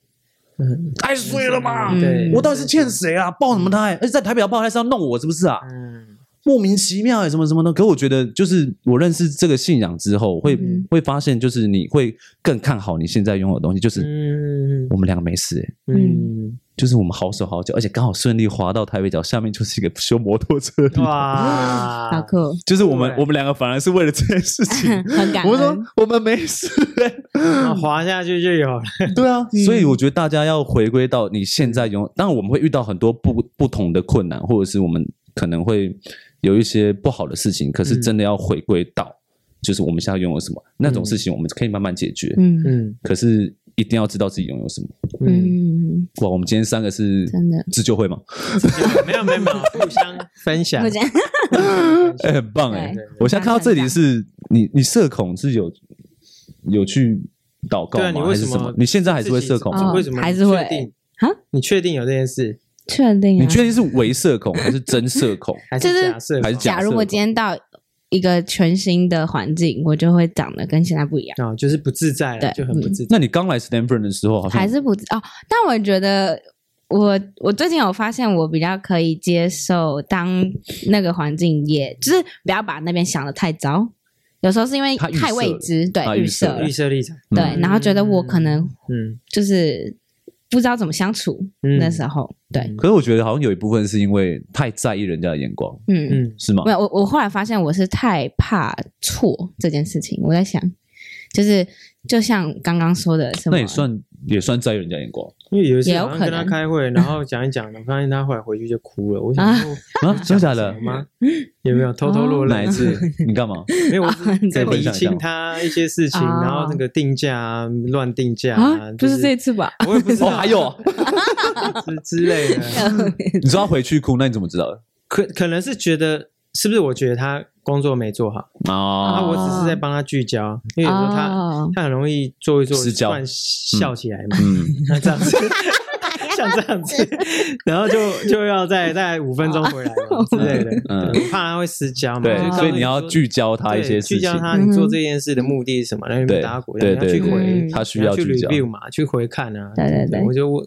[SPEAKER 1] 嗯
[SPEAKER 2] 太衰了嘛！
[SPEAKER 1] 对，
[SPEAKER 2] 我到底是欠谁啊？爆什么胎？而且在台北要爆胎是要弄我是不是啊？
[SPEAKER 1] 嗯
[SPEAKER 2] 莫名其妙、欸、什么什么的。可我觉得，就是我认识这个信仰之后，会、
[SPEAKER 3] 嗯
[SPEAKER 2] 会发现，就是你会更看好你现在拥有的东西。就是、
[SPEAKER 1] 嗯
[SPEAKER 2] 我们两个没事、欸，
[SPEAKER 1] 嗯，
[SPEAKER 2] 就是我们好手好脚，而且刚好顺利滑到台北角下面，就是一个修摩托车的
[SPEAKER 1] 哦
[SPEAKER 2] 地方。
[SPEAKER 1] 嗯哇，
[SPEAKER 3] 嗯好酷，
[SPEAKER 2] 就是我们
[SPEAKER 1] 对
[SPEAKER 2] 我们两个反而是为了这件事
[SPEAKER 1] (laughs)
[SPEAKER 2] 情，
[SPEAKER 3] (laughs) 很
[SPEAKER 2] (laughs)
[SPEAKER 3] 感
[SPEAKER 2] 我说
[SPEAKER 3] 恩。
[SPEAKER 2] 我们没事、欸，
[SPEAKER 1] 那滑下去就有了，
[SPEAKER 2] 对啊，
[SPEAKER 3] 嗯
[SPEAKER 2] 所以我觉得大家要回归到你现在拥，当然我们会遇到很多不不同的困难，或者是我们可能会有一些不好的事情，可是
[SPEAKER 3] 嗯
[SPEAKER 2] 真的要回归到，就是我们现在拥有什么那种事情，我们可以慢慢解决，
[SPEAKER 3] 嗯
[SPEAKER 1] 嗯
[SPEAKER 2] 可是一定要知道自己拥有什么。
[SPEAKER 1] 嗯，
[SPEAKER 3] 嗯，
[SPEAKER 2] 哇，我们今天三个是
[SPEAKER 3] 真的
[SPEAKER 2] 自救会吗？
[SPEAKER 1] 没有没有没有，互相分享
[SPEAKER 3] 嗯我，讲
[SPEAKER 2] 哎、 (laughs) 很棒哎、
[SPEAKER 3] 对
[SPEAKER 2] 我现在看到这里是你你社恐是有有去。祷告
[SPEAKER 1] 对啊
[SPEAKER 2] 吗？
[SPEAKER 1] 你为
[SPEAKER 2] 还是
[SPEAKER 1] 什
[SPEAKER 2] 什
[SPEAKER 1] 么
[SPEAKER 2] 么？你现在还是会社恐
[SPEAKER 1] 自己
[SPEAKER 2] 吗？
[SPEAKER 3] 哦
[SPEAKER 1] 为什么
[SPEAKER 3] 还是会
[SPEAKER 1] 你确定
[SPEAKER 3] 啊？
[SPEAKER 1] 你确定有这件事，
[SPEAKER 3] (laughs) 确定啊？
[SPEAKER 2] 你确定是伪社恐还是真社恐？
[SPEAKER 1] 还
[SPEAKER 3] 就是是
[SPEAKER 1] 假设
[SPEAKER 2] 还是假
[SPEAKER 3] 假
[SPEAKER 2] 设
[SPEAKER 3] 如我今天到一个全新的环境，我就会长得跟现在不一样，
[SPEAKER 1] 啊？就是不自在了，
[SPEAKER 3] 对
[SPEAKER 1] 就很不自在。
[SPEAKER 2] 那你刚来 Stanford 的时候，好像
[SPEAKER 3] 还是不知哦。但我觉得我我最近有发现，我比较可以接受当那个环境也，就是不要把那边想的太糟。有时候是因为
[SPEAKER 2] 他预设
[SPEAKER 3] 太未知，对
[SPEAKER 2] 他预
[SPEAKER 3] 预
[SPEAKER 2] 设
[SPEAKER 3] 设
[SPEAKER 2] 了
[SPEAKER 3] 了
[SPEAKER 1] 预，设立场，
[SPEAKER 3] 对，
[SPEAKER 2] 嗯
[SPEAKER 3] 然后觉得我可能
[SPEAKER 1] 嗯，
[SPEAKER 3] 就是不知道怎么相处
[SPEAKER 1] 嗯
[SPEAKER 3] 那时候，对，
[SPEAKER 2] 可是我觉得好像有一部分是因为太在意人家的眼光，
[SPEAKER 3] 嗯
[SPEAKER 1] 嗯
[SPEAKER 2] 是吗
[SPEAKER 3] 没？有，我我后来发现我是太怕错这件事情。我在想，就是就像刚刚说的什么，
[SPEAKER 2] 那也算也算在意人家眼光
[SPEAKER 1] 因为有一次
[SPEAKER 3] 也有
[SPEAKER 1] 好像跟他
[SPEAKER 3] 可能
[SPEAKER 1] 开会，然后讲一讲，我发现他后来回去就哭了。我想
[SPEAKER 3] 啊嗯
[SPEAKER 1] 说，
[SPEAKER 2] 啊？真的假的
[SPEAKER 1] 有？吗？有没有偷偷落
[SPEAKER 2] 哪
[SPEAKER 1] 泪 (laughs)
[SPEAKER 2] 一？次？你干
[SPEAKER 3] (laughs)
[SPEAKER 2] 嘛？
[SPEAKER 1] 没有，我是
[SPEAKER 3] 你
[SPEAKER 1] 在
[SPEAKER 2] 可以分
[SPEAKER 1] 理
[SPEAKER 2] 享一下吗
[SPEAKER 1] 清他一些事情，
[SPEAKER 3] 哦
[SPEAKER 1] 然后那个定价啊、乱定价啊
[SPEAKER 3] 啊，，就是这一次吧？
[SPEAKER 1] 我也不知
[SPEAKER 2] 哦，
[SPEAKER 1] 道，
[SPEAKER 2] 还有啊，
[SPEAKER 1] 之之类的，
[SPEAKER 2] 你知道回去哭，那你怎么知道
[SPEAKER 3] (laughs)
[SPEAKER 2] 的？
[SPEAKER 1] 可可能是觉得是不是？我觉得他工作没做好，啊，
[SPEAKER 2] 啊，
[SPEAKER 1] 我只是在帮他聚焦，因为有时候他
[SPEAKER 3] 哦
[SPEAKER 1] 他很容易做一做，
[SPEAKER 2] 失焦
[SPEAKER 1] (laughs) 突然笑起来嘛，
[SPEAKER 2] (laughs) 嗯，
[SPEAKER 1] 那这样子想这样
[SPEAKER 2] (laughs)
[SPEAKER 1] 子，然后就就要再再五分钟回来嘛之类的，
[SPEAKER 2] (laughs) 嗯
[SPEAKER 1] 对我怕他会失焦嘛，
[SPEAKER 2] 对
[SPEAKER 1] 就，是告诉
[SPEAKER 2] 所以你要
[SPEAKER 1] 说
[SPEAKER 2] 聚焦他一
[SPEAKER 1] 对
[SPEAKER 2] 些事
[SPEAKER 1] 聚焦
[SPEAKER 2] 情，
[SPEAKER 1] 他你做这件事的目的是什么，然后你们
[SPEAKER 2] 对
[SPEAKER 1] 打果，
[SPEAKER 2] 对
[SPEAKER 1] 然后你要
[SPEAKER 2] 对
[SPEAKER 1] 去
[SPEAKER 2] 对
[SPEAKER 1] 回
[SPEAKER 3] 嗯，
[SPEAKER 2] 他
[SPEAKER 1] 你
[SPEAKER 2] 需
[SPEAKER 1] 要
[SPEAKER 2] 要
[SPEAKER 1] 去
[SPEAKER 2] 聚焦。
[SPEAKER 1] review 嘛，去回看啊，
[SPEAKER 3] 对对对
[SPEAKER 1] 我就我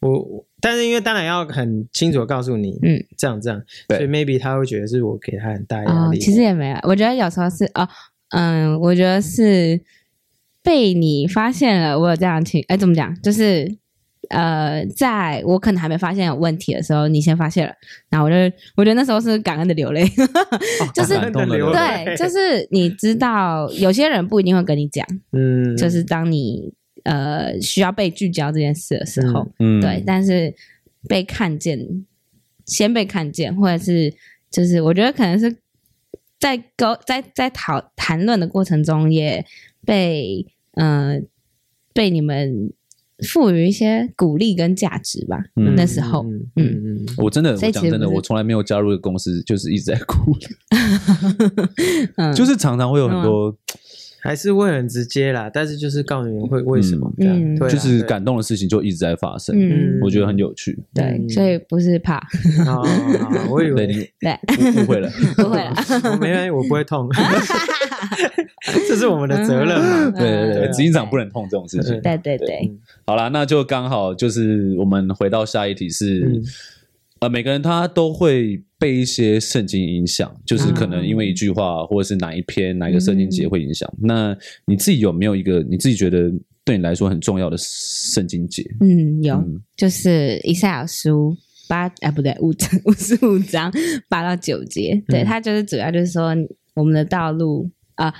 [SPEAKER 1] 我我，但是因为当然要很清楚地告诉你，
[SPEAKER 3] 嗯
[SPEAKER 1] 嗯，这样这样，
[SPEAKER 2] 对
[SPEAKER 1] 所以 maybe 他会觉得是我给他很大压
[SPEAKER 3] 哦，
[SPEAKER 1] 力，
[SPEAKER 3] 其实也没有，我觉得有时候是哦，嗯，我觉得是被你发现了，我有这样情，哎，怎么讲？就是呃，在我可能还没发现有问题的时候，你先发现了，然后我就我觉得那时候是感恩的流泪，
[SPEAKER 1] 哦
[SPEAKER 3] 就是
[SPEAKER 2] 感动的流泪
[SPEAKER 3] (laughs) 对，就是你知道有些人不一定会跟你讲，
[SPEAKER 1] (laughs) 嗯，
[SPEAKER 3] 就是当你呃需要被聚焦这件事的时候，
[SPEAKER 2] 嗯，
[SPEAKER 3] 对，但是被看见，先被看见，或者是就是我觉得可能是在沟在在讨谈论的过程中，也被呃被你们赋予一些鼓励跟价值吧。
[SPEAKER 2] 嗯
[SPEAKER 3] 那时候，
[SPEAKER 1] 嗯
[SPEAKER 3] 嗯
[SPEAKER 1] 嗯嗯
[SPEAKER 2] 我真的，我
[SPEAKER 3] 所以
[SPEAKER 2] 讲
[SPEAKER 3] 其实
[SPEAKER 2] 真的，
[SPEAKER 3] 不是
[SPEAKER 2] 我从来没有加入一个公司，就是一直在哭，
[SPEAKER 3] (laughs) 嗯，
[SPEAKER 2] 就是常常会有很多，
[SPEAKER 1] 还是会很直接啦，但是就是告诉你会为什么
[SPEAKER 3] 嗯
[SPEAKER 1] 这样，
[SPEAKER 3] 嗯
[SPEAKER 1] 对啊
[SPEAKER 2] 就是
[SPEAKER 1] 对
[SPEAKER 2] 感动的事情就一直在发生，
[SPEAKER 3] 嗯，
[SPEAKER 2] 我觉得很有趣。
[SPEAKER 3] 对，所以不是怕，
[SPEAKER 1] 好，好好哦啊好我以
[SPEAKER 2] 对
[SPEAKER 1] 为
[SPEAKER 2] 你
[SPEAKER 3] 对，
[SPEAKER 2] 误会
[SPEAKER 1] (laughs)
[SPEAKER 2] 了，
[SPEAKER 3] (laughs) 不会了。
[SPEAKER 2] (laughs)
[SPEAKER 1] 我没关系，我不会
[SPEAKER 3] (laughs)
[SPEAKER 1] 痛，这是我们的责任
[SPEAKER 3] 嗯
[SPEAKER 1] 嘛。
[SPEAKER 2] 对对
[SPEAKER 1] 对
[SPEAKER 2] 对，
[SPEAKER 1] 啊
[SPEAKER 2] 执行长不能碰这种事情
[SPEAKER 1] 对。
[SPEAKER 3] 对对对，
[SPEAKER 2] 好啦，那就刚好就是我们回到下一题是，
[SPEAKER 1] 嗯
[SPEAKER 2] 呃，每个人他都会被一些圣经影响，就是可能因
[SPEAKER 1] 啊
[SPEAKER 2] 为一句话，或者是哪一篇、哪一个圣经
[SPEAKER 1] 嗯
[SPEAKER 2] 节会影响。那你自己有没有一个你自己觉得对你来说很重要的圣经节？
[SPEAKER 3] 嗯，有，
[SPEAKER 2] 嗯
[SPEAKER 3] 就是以赛亚书八啊，不对，五 (laughs) 五十五章八到九节，
[SPEAKER 1] 嗯
[SPEAKER 3] 对，它就是主要就是说我们的道路啊、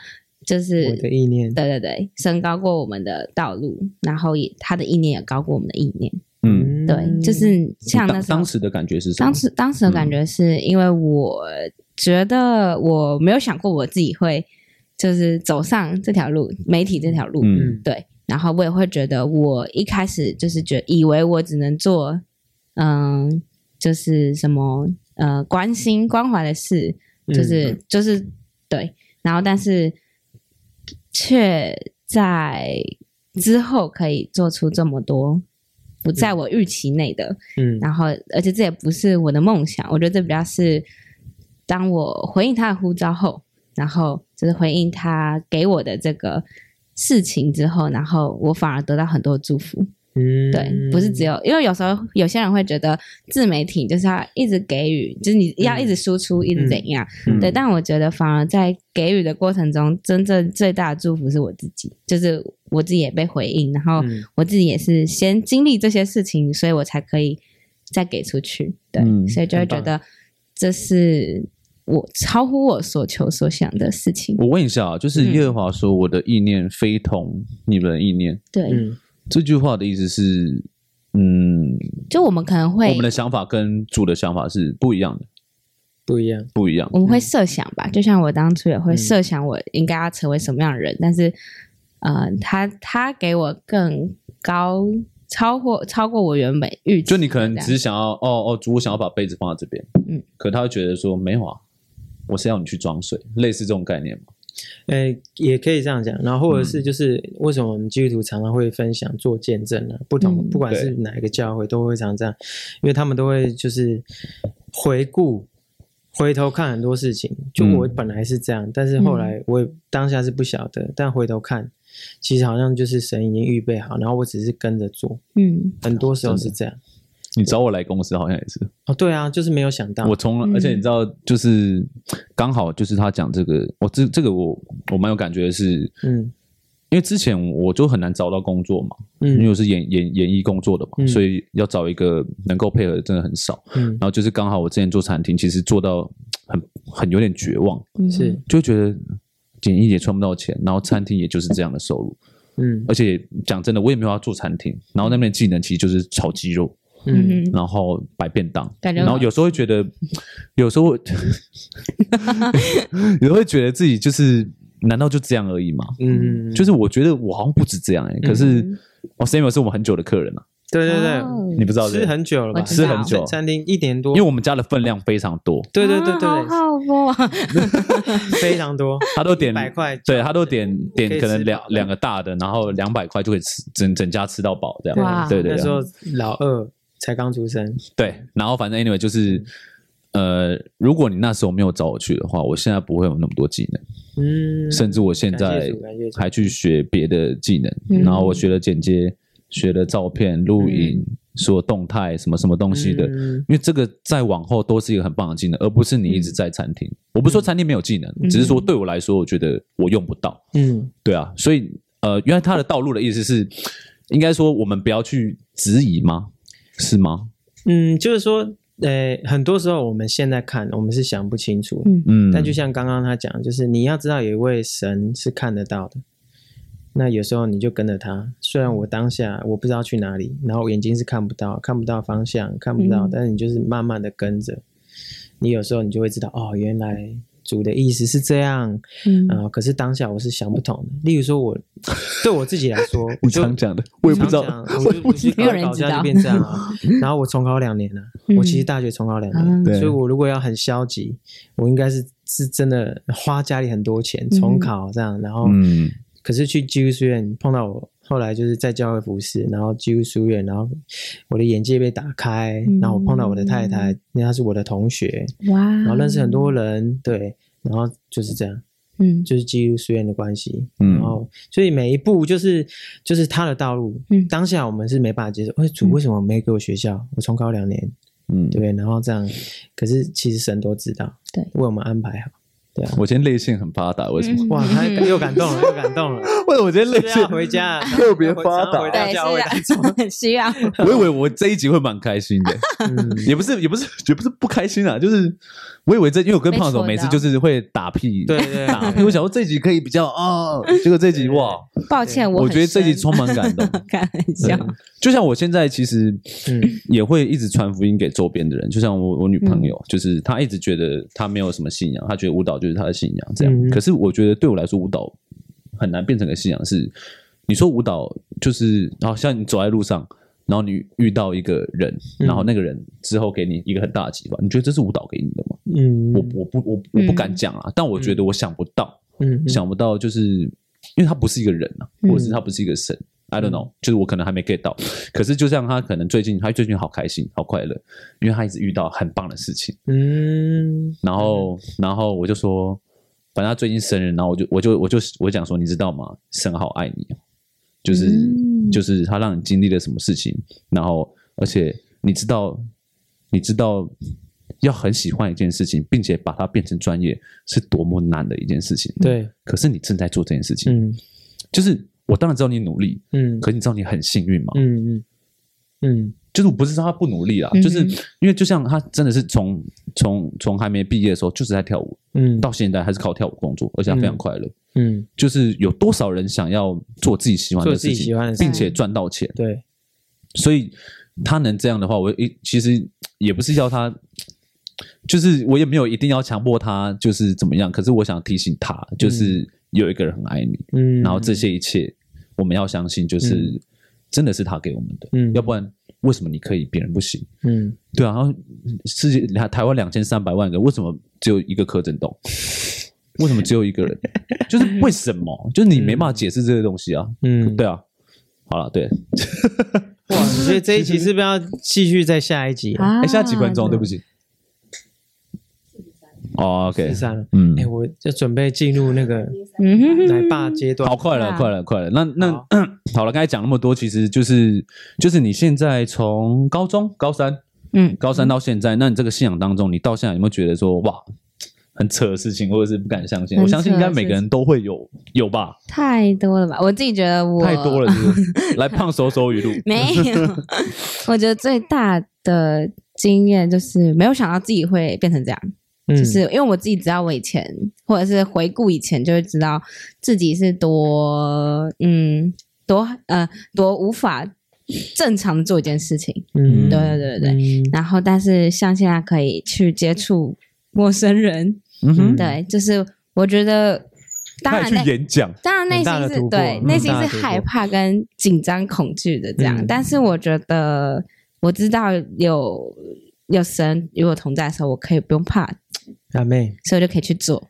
[SPEAKER 3] 就是
[SPEAKER 1] 我的意念，
[SPEAKER 3] 对对对，升高过我们的道路，然后也他的意念也高过我们的意念，
[SPEAKER 2] 嗯，
[SPEAKER 3] 对，就是像那
[SPEAKER 2] 当
[SPEAKER 3] 时候
[SPEAKER 2] 当时的感觉是什么？
[SPEAKER 3] 当时当时的感觉是因为我觉得我没有想过我自己会就是走上这条路，媒体这条路，
[SPEAKER 2] 嗯
[SPEAKER 3] 对，然后我也会觉得，我一开始就是觉以为我只能做，嗯，就是什么呃关心关怀的事，就是、就是对，然后但是却在之后可以做出这么多不在我预期内的，
[SPEAKER 1] 嗯
[SPEAKER 3] 然后而且这也不是我的梦想，我觉得这比较是当我回应他的呼召后，然后就是回应他给我的这个事情之后，然后我反而得到很多祝福。
[SPEAKER 1] 嗯
[SPEAKER 3] 对，不是只有因为有时候有些人会觉得自媒体就是要一直给予，就是你要一直输出，一直怎样。
[SPEAKER 2] 嗯
[SPEAKER 3] 对，但我觉得反而在给予的过程中，真正最大的祝福是我自己，就是我自己也被回应，然后
[SPEAKER 1] 嗯
[SPEAKER 3] 我自己也是先经历这些事情，所以我才可以再给出去。对，
[SPEAKER 2] 嗯
[SPEAKER 3] 所以就会觉得这是我超乎我所求所想的事情。
[SPEAKER 2] 我问一下啊，
[SPEAKER 3] 嗯
[SPEAKER 2] 就是耶和华说：“我的意念非同你们的意念。
[SPEAKER 3] 对，
[SPEAKER 1] 嗯，”
[SPEAKER 2] 这句话的意思是，嗯，
[SPEAKER 3] 就我们可能会
[SPEAKER 2] 我们的想法跟主的想法是不一样的，
[SPEAKER 1] 不一样，
[SPEAKER 2] 不一样。
[SPEAKER 3] 我们会设想吧，就像我当初也会
[SPEAKER 1] 嗯
[SPEAKER 3] 设想我应该要成为什么样的人，但是，呃，他他给我更高，超过超过我原本预期的这
[SPEAKER 2] 就
[SPEAKER 3] 样，
[SPEAKER 2] 你可能只是想要，哦哦，主，我想要把杯子放在这边，
[SPEAKER 3] 嗯
[SPEAKER 2] 嗯，可他会觉得说没有啊，我是要你去装水，类似这种概念嘛。
[SPEAKER 1] 呃，也可以这样讲。然后或者
[SPEAKER 3] 嗯
[SPEAKER 1] 是就是为什么我们基督徒常常会分享做见证呢？不同
[SPEAKER 3] 嗯
[SPEAKER 1] 不管是哪一个教会都会常这样，因为他们都会就是回顾。回头看很多事情，就
[SPEAKER 2] 嗯
[SPEAKER 1] 我本来是这样，但是后
[SPEAKER 3] 嗯
[SPEAKER 1] 来我也当下是不晓得，但回头看，其实好像就是神已经预备好，然后我只是跟着做，
[SPEAKER 3] 嗯，
[SPEAKER 1] 很多时候是这样。
[SPEAKER 2] 你找我来公司好像也是，
[SPEAKER 1] 哦，对啊，就是没有想到，
[SPEAKER 2] 我从
[SPEAKER 3] 嗯
[SPEAKER 2] 而且你知道，就是刚好就是他讲这个，我这这个我我蛮有感觉的是，
[SPEAKER 1] 嗯
[SPEAKER 2] 因为之前我就很难找到工作嘛，因为
[SPEAKER 1] 嗯
[SPEAKER 2] 我是演演演艺工作的嘛，
[SPEAKER 1] 嗯
[SPEAKER 2] 所以要找一个能够配合的真的很少。
[SPEAKER 1] 嗯
[SPEAKER 2] 然后就是刚好我之前做餐厅，其实做到很很有点绝望，
[SPEAKER 3] 嗯
[SPEAKER 1] 是
[SPEAKER 2] 就会觉得演艺也赚不到钱，然后餐厅也就是这样的收入。
[SPEAKER 1] 嗯
[SPEAKER 2] 而且讲真的，我也没有要做餐厅，然后那边的技能其实就是炒鸡肉，
[SPEAKER 1] 嗯
[SPEAKER 2] 然后摆便当，
[SPEAKER 3] 感觉
[SPEAKER 2] 然后有时候会觉得，有时候 (laughs) 会有时候会觉得自己就是，难道就这样而已吗？
[SPEAKER 1] 嗯，
[SPEAKER 2] 就是我觉得我好像不止这样哎、可是
[SPEAKER 3] 嗯
[SPEAKER 2] 哦，Samuel 是我们很久的客人啊，
[SPEAKER 1] 对对对，
[SPEAKER 3] 哦
[SPEAKER 2] 你不知道对
[SPEAKER 1] 吃
[SPEAKER 2] 不对
[SPEAKER 1] 很久了吧？
[SPEAKER 3] 我知道吃
[SPEAKER 2] 很久
[SPEAKER 1] 餐厅一年多，
[SPEAKER 2] 因为我们家的分量非常多，
[SPEAKER 1] 对对对
[SPEAKER 3] 啊
[SPEAKER 1] 对
[SPEAKER 3] 好好哦，
[SPEAKER 1] 对，非常多，
[SPEAKER 2] 他都点
[SPEAKER 1] 100块
[SPEAKER 2] 对他都点
[SPEAKER 1] 可以
[SPEAKER 2] 点
[SPEAKER 1] 吃
[SPEAKER 2] 可能两
[SPEAKER 1] 饱
[SPEAKER 2] 两个大的，然后两百块就可以吃整整家吃到饱这
[SPEAKER 3] 哇
[SPEAKER 2] 样，对对
[SPEAKER 1] 那时
[SPEAKER 2] 对
[SPEAKER 1] 候老二才刚出生，
[SPEAKER 2] 对，然后反正 anyway 就是，呃，如果你那时候没有找我去的话，我现在不会有那么多技能，
[SPEAKER 1] 嗯，
[SPEAKER 2] 甚至我现
[SPEAKER 1] 感谢
[SPEAKER 2] 在
[SPEAKER 1] 主感谢主
[SPEAKER 2] 还去学别的技能，
[SPEAKER 3] 嗯
[SPEAKER 2] 然后我学了剪接，学了照片、录影、所有动态什么什么东西的。
[SPEAKER 1] 嗯
[SPEAKER 2] 因为这个再往后都是一个很棒的技能，而不是你一直在餐厅。我不是说餐厅没有技能，只是说对我来说，我觉得我用不到。
[SPEAKER 1] 嗯
[SPEAKER 2] 对啊，所以呃，原来他的道路的意思是，应该说我们不要去质疑吗？是吗？
[SPEAKER 1] 嗯，就是说，呃，很多时候我们现在看，我们是想不清楚的，
[SPEAKER 3] 嗯
[SPEAKER 2] 嗯，
[SPEAKER 1] 但就像刚刚他讲，就是你要知道有一位神是看得到的。那有时候你就跟着他，虽然我当下我不知道去哪里，然后我眼睛是看不到，看不到方向，看不到，
[SPEAKER 3] 嗯
[SPEAKER 1] 但是你就是慢慢的跟着，你有时候你就会知道，哦，原来主的意思是这样
[SPEAKER 3] 嗯
[SPEAKER 1] 啊、可是当下我是想不通的。例如说我， (laughs) 对我自己来说，我
[SPEAKER 2] 你
[SPEAKER 1] 就
[SPEAKER 2] 常讲的，我也不知道，
[SPEAKER 1] 常常我就我就
[SPEAKER 3] 没有人
[SPEAKER 1] 搞
[SPEAKER 3] 知道
[SPEAKER 1] 搞笑就变这样
[SPEAKER 3] (laughs)
[SPEAKER 1] 啊。然后我重考两年了、
[SPEAKER 3] 嗯
[SPEAKER 1] 我其实大学重考两
[SPEAKER 3] 啊
[SPEAKER 1] 年，
[SPEAKER 2] 对
[SPEAKER 1] 所以我如果要很消极，我应该是是真的花家里很多钱
[SPEAKER 3] 嗯
[SPEAKER 1] 重考这样，然后、
[SPEAKER 2] 嗯
[SPEAKER 1] 可是去基督书院碰到我。后来就是在教会服侍，然后基督书院，然后我的眼界被打开，
[SPEAKER 3] 嗯
[SPEAKER 1] 然后我碰到我的太太，那她是我的同学，
[SPEAKER 3] 哇，
[SPEAKER 1] 然后认识很多人，对，然后就是这样。
[SPEAKER 3] 嗯
[SPEAKER 1] 就是基督书院的关系，
[SPEAKER 2] 嗯
[SPEAKER 1] 然后所以每一步就是就是他的道路。
[SPEAKER 3] 嗯
[SPEAKER 1] 当下我们是没办法接受，哎，主
[SPEAKER 3] 嗯
[SPEAKER 1] 为什么没给我学校？我重考两年，
[SPEAKER 2] 嗯
[SPEAKER 1] 对不，对？然后这样，可是其实神都知道，
[SPEAKER 3] 对
[SPEAKER 1] 为我们安排好，对啊。
[SPEAKER 2] 我今天泪腺很发达，为什么？
[SPEAKER 3] 嗯
[SPEAKER 1] 哇，他又感动了，又感
[SPEAKER 3] (laughs)
[SPEAKER 1] 动了，
[SPEAKER 2] 为什么我今天泪
[SPEAKER 1] 是要
[SPEAKER 2] 腺？
[SPEAKER 1] 回家，
[SPEAKER 2] (laughs) 特别发
[SPEAKER 1] 常
[SPEAKER 2] 达
[SPEAKER 1] 常 (laughs) 回到
[SPEAKER 3] 对啊
[SPEAKER 1] 教会当
[SPEAKER 3] (laughs)
[SPEAKER 1] 中，
[SPEAKER 3] 需要需要
[SPEAKER 1] 啊
[SPEAKER 2] 我以为我这一集会蛮
[SPEAKER 1] (laughs)
[SPEAKER 2] 开心的，
[SPEAKER 1] 嗯，
[SPEAKER 2] 也不是也不是也不是不开心啊，就是我以为这，因为我跟胖总每次就是会打屁，
[SPEAKER 1] 对对
[SPEAKER 2] 打屁，我想说这一集可以比较啊，结果这一集
[SPEAKER 1] 对
[SPEAKER 2] 哇，
[SPEAKER 3] 抱歉，
[SPEAKER 2] 我
[SPEAKER 3] 很
[SPEAKER 2] 觉得这集
[SPEAKER 3] 深
[SPEAKER 2] 充满感动。
[SPEAKER 3] (laughs) 开玩笑，
[SPEAKER 2] 就像我现在其实
[SPEAKER 1] 嗯
[SPEAKER 2] 也会一直传福音给周边的人，就像我我女朋
[SPEAKER 1] 嗯
[SPEAKER 2] 友，就是她一直觉得她没有什么信仰，她觉得舞蹈就是她的信仰这样。
[SPEAKER 1] 嗯
[SPEAKER 2] 可是我觉得对我来说，舞蹈很难变成个信仰是。你说舞蹈就是，好像你走在路上，然后你遇到一个人，
[SPEAKER 1] 嗯
[SPEAKER 2] 然后那个人之后给你一个很大的启发，你觉得这是舞蹈给你的吗？
[SPEAKER 1] 嗯，
[SPEAKER 2] 我我不我我不敢讲啊，但我觉得我想不到，
[SPEAKER 1] 嗯
[SPEAKER 2] 想不到，就是因为他不是一个人啊，
[SPEAKER 3] 嗯
[SPEAKER 2] 或者是他不是一个神。I don't
[SPEAKER 1] 嗯
[SPEAKER 2] know，就是我可能还没 get 到，可是就像他可能最近，他最近好开心，好快乐，因为他一直遇到很棒的事情。
[SPEAKER 1] 嗯
[SPEAKER 2] 然后，然后我就说，反正他最近生日，然后我就我就我就我讲说，你知道吗？神好爱你哦，就是、
[SPEAKER 3] 嗯
[SPEAKER 2] 就是他让你经历了什么事情，然后而且你知道，你知道要很喜欢一件事情，并且把它变成专业，是多么难的一件事情。
[SPEAKER 1] 对，
[SPEAKER 2] 可是你正在做这件事情，
[SPEAKER 1] 嗯
[SPEAKER 2] 就是我当然知道你努力，
[SPEAKER 1] 嗯
[SPEAKER 2] 可你知道你很幸运吗？
[SPEAKER 1] 嗯嗯嗯
[SPEAKER 2] 就是我不是说他不努力啦，
[SPEAKER 3] 嗯哼
[SPEAKER 2] 就是因为就像他真的是从从从还没毕业的时候就是在跳舞，
[SPEAKER 1] 嗯
[SPEAKER 2] 到现在还是靠跳舞工作，而且他非常快乐。
[SPEAKER 1] 嗯，
[SPEAKER 2] 就是有多少人想要做自己喜欢的事
[SPEAKER 1] 做自己喜
[SPEAKER 2] 情
[SPEAKER 1] 欢的，事
[SPEAKER 3] 情
[SPEAKER 2] 并且赚到钱，
[SPEAKER 1] 对，
[SPEAKER 2] 所以他能这样的话，我一其实也不是要他，就是我也没有一定要强迫他就是怎么样，可是我想提醒他，就是有一个人很爱你，
[SPEAKER 1] 嗯，
[SPEAKER 2] 然后这些一切，我们要相信，就是
[SPEAKER 1] 嗯
[SPEAKER 2] 真的是他给我们的，
[SPEAKER 1] 嗯
[SPEAKER 2] 要不然为什么你可以，别人不行？
[SPEAKER 1] 嗯
[SPEAKER 2] 对啊，然后世界台台湾两千三百万人，为什么只有一个柯震东？为什么只有一个人？就是为什么？就是你没办法解释这个东西啊。
[SPEAKER 1] 嗯，
[SPEAKER 2] 对啊，好了，对，
[SPEAKER 1] 哇，所以这一集是不是要继续在下一集啊？
[SPEAKER 3] 啊
[SPEAKER 2] 哎，下几分钟，对不起。哦，OK，
[SPEAKER 1] 第三了，
[SPEAKER 2] 嗯
[SPEAKER 1] 哎、，我就准备进入那个
[SPEAKER 3] 嗯哼哼
[SPEAKER 1] 奶爸阶段
[SPEAKER 2] 好，。快了，
[SPEAKER 3] 啊
[SPEAKER 2] 快了，快了。那那
[SPEAKER 1] 好
[SPEAKER 2] (clears throat) 好了，刚才讲那么多，其实就是就是你现在从高中高三
[SPEAKER 3] 嗯
[SPEAKER 2] 高三到现在，那你这个信仰当中，你到现在有没有觉得说哇，很扯的事情，或者是不敢相信？
[SPEAKER 3] 很
[SPEAKER 2] 我
[SPEAKER 3] 扯
[SPEAKER 2] 相
[SPEAKER 3] 的
[SPEAKER 2] 信应该每个人都会有有吧，
[SPEAKER 3] 太多了吧？我自己觉得我
[SPEAKER 2] 太多了，是不
[SPEAKER 3] (laughs)
[SPEAKER 2] 是？来胖手手语录，
[SPEAKER 3] 没有， (laughs) 我觉得最大的经验就是没有想到自己会变成这样，
[SPEAKER 1] 嗯
[SPEAKER 3] 就是因为我自己知道我以前或者是回顾以前，就会知道自己是多嗯多呃多无法正常的做一件事情。
[SPEAKER 1] 嗯
[SPEAKER 3] 对对对对对。
[SPEAKER 1] 对
[SPEAKER 3] 然后，但是像现在可以去接触陌生人，
[SPEAKER 2] 嗯
[SPEAKER 1] 哼
[SPEAKER 3] 对，就是我觉得当
[SPEAKER 2] 他也
[SPEAKER 3] 然
[SPEAKER 2] 去
[SPEAKER 3] 内
[SPEAKER 2] 演讲，
[SPEAKER 3] 当然内
[SPEAKER 1] 很大的
[SPEAKER 3] 心
[SPEAKER 1] 突
[SPEAKER 3] 是
[SPEAKER 1] 破
[SPEAKER 3] 对
[SPEAKER 1] 嗯
[SPEAKER 3] 内心
[SPEAKER 1] 很大
[SPEAKER 3] 是
[SPEAKER 1] 的突破
[SPEAKER 3] 害怕跟紧张恐惧的这样，
[SPEAKER 1] 嗯
[SPEAKER 3] 但是我觉得我知道有有神与我同在的时候，我可以不用怕，
[SPEAKER 1] 阿妹
[SPEAKER 3] 所以我就可以去做，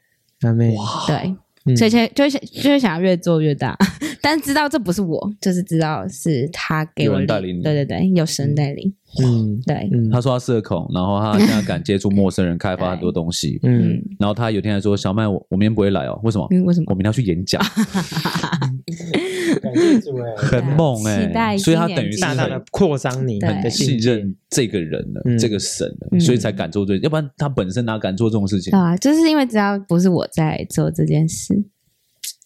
[SPEAKER 1] 阿妹，
[SPEAKER 3] 对，
[SPEAKER 1] 嗯
[SPEAKER 3] 所以就就会想就会想要越做越大， (laughs) 但知道这不是我，就是知道是他给
[SPEAKER 2] 有
[SPEAKER 3] 我
[SPEAKER 2] 人
[SPEAKER 3] 力
[SPEAKER 2] 带领你
[SPEAKER 3] 对对对，有神带领，
[SPEAKER 1] 嗯
[SPEAKER 3] 对，
[SPEAKER 1] 嗯
[SPEAKER 2] 他说他社恐，然后他现在敢接触陌生人，开发很多东西。
[SPEAKER 1] 嗯
[SPEAKER 3] 嗯，
[SPEAKER 2] 然后他有天还说：“小麦，我我明天不会来哦，为什么？
[SPEAKER 3] 因为为什么
[SPEAKER 2] 我明天要去演讲，
[SPEAKER 3] 哦
[SPEAKER 1] 感谢主哎，
[SPEAKER 2] 很猛
[SPEAKER 3] 啊期待
[SPEAKER 2] 哎！”
[SPEAKER 3] 今
[SPEAKER 2] 所以他
[SPEAKER 3] 年
[SPEAKER 2] 等于是
[SPEAKER 1] 大大的
[SPEAKER 2] 很
[SPEAKER 1] 扩张你
[SPEAKER 3] 对
[SPEAKER 1] 的信
[SPEAKER 2] 信任这个人了，
[SPEAKER 1] 嗯
[SPEAKER 2] 这个神了，
[SPEAKER 3] 嗯
[SPEAKER 2] 所以才敢做这，要不然他本身哪敢做这种事情
[SPEAKER 3] 对？啊，就是因为知道不是我在做这件事，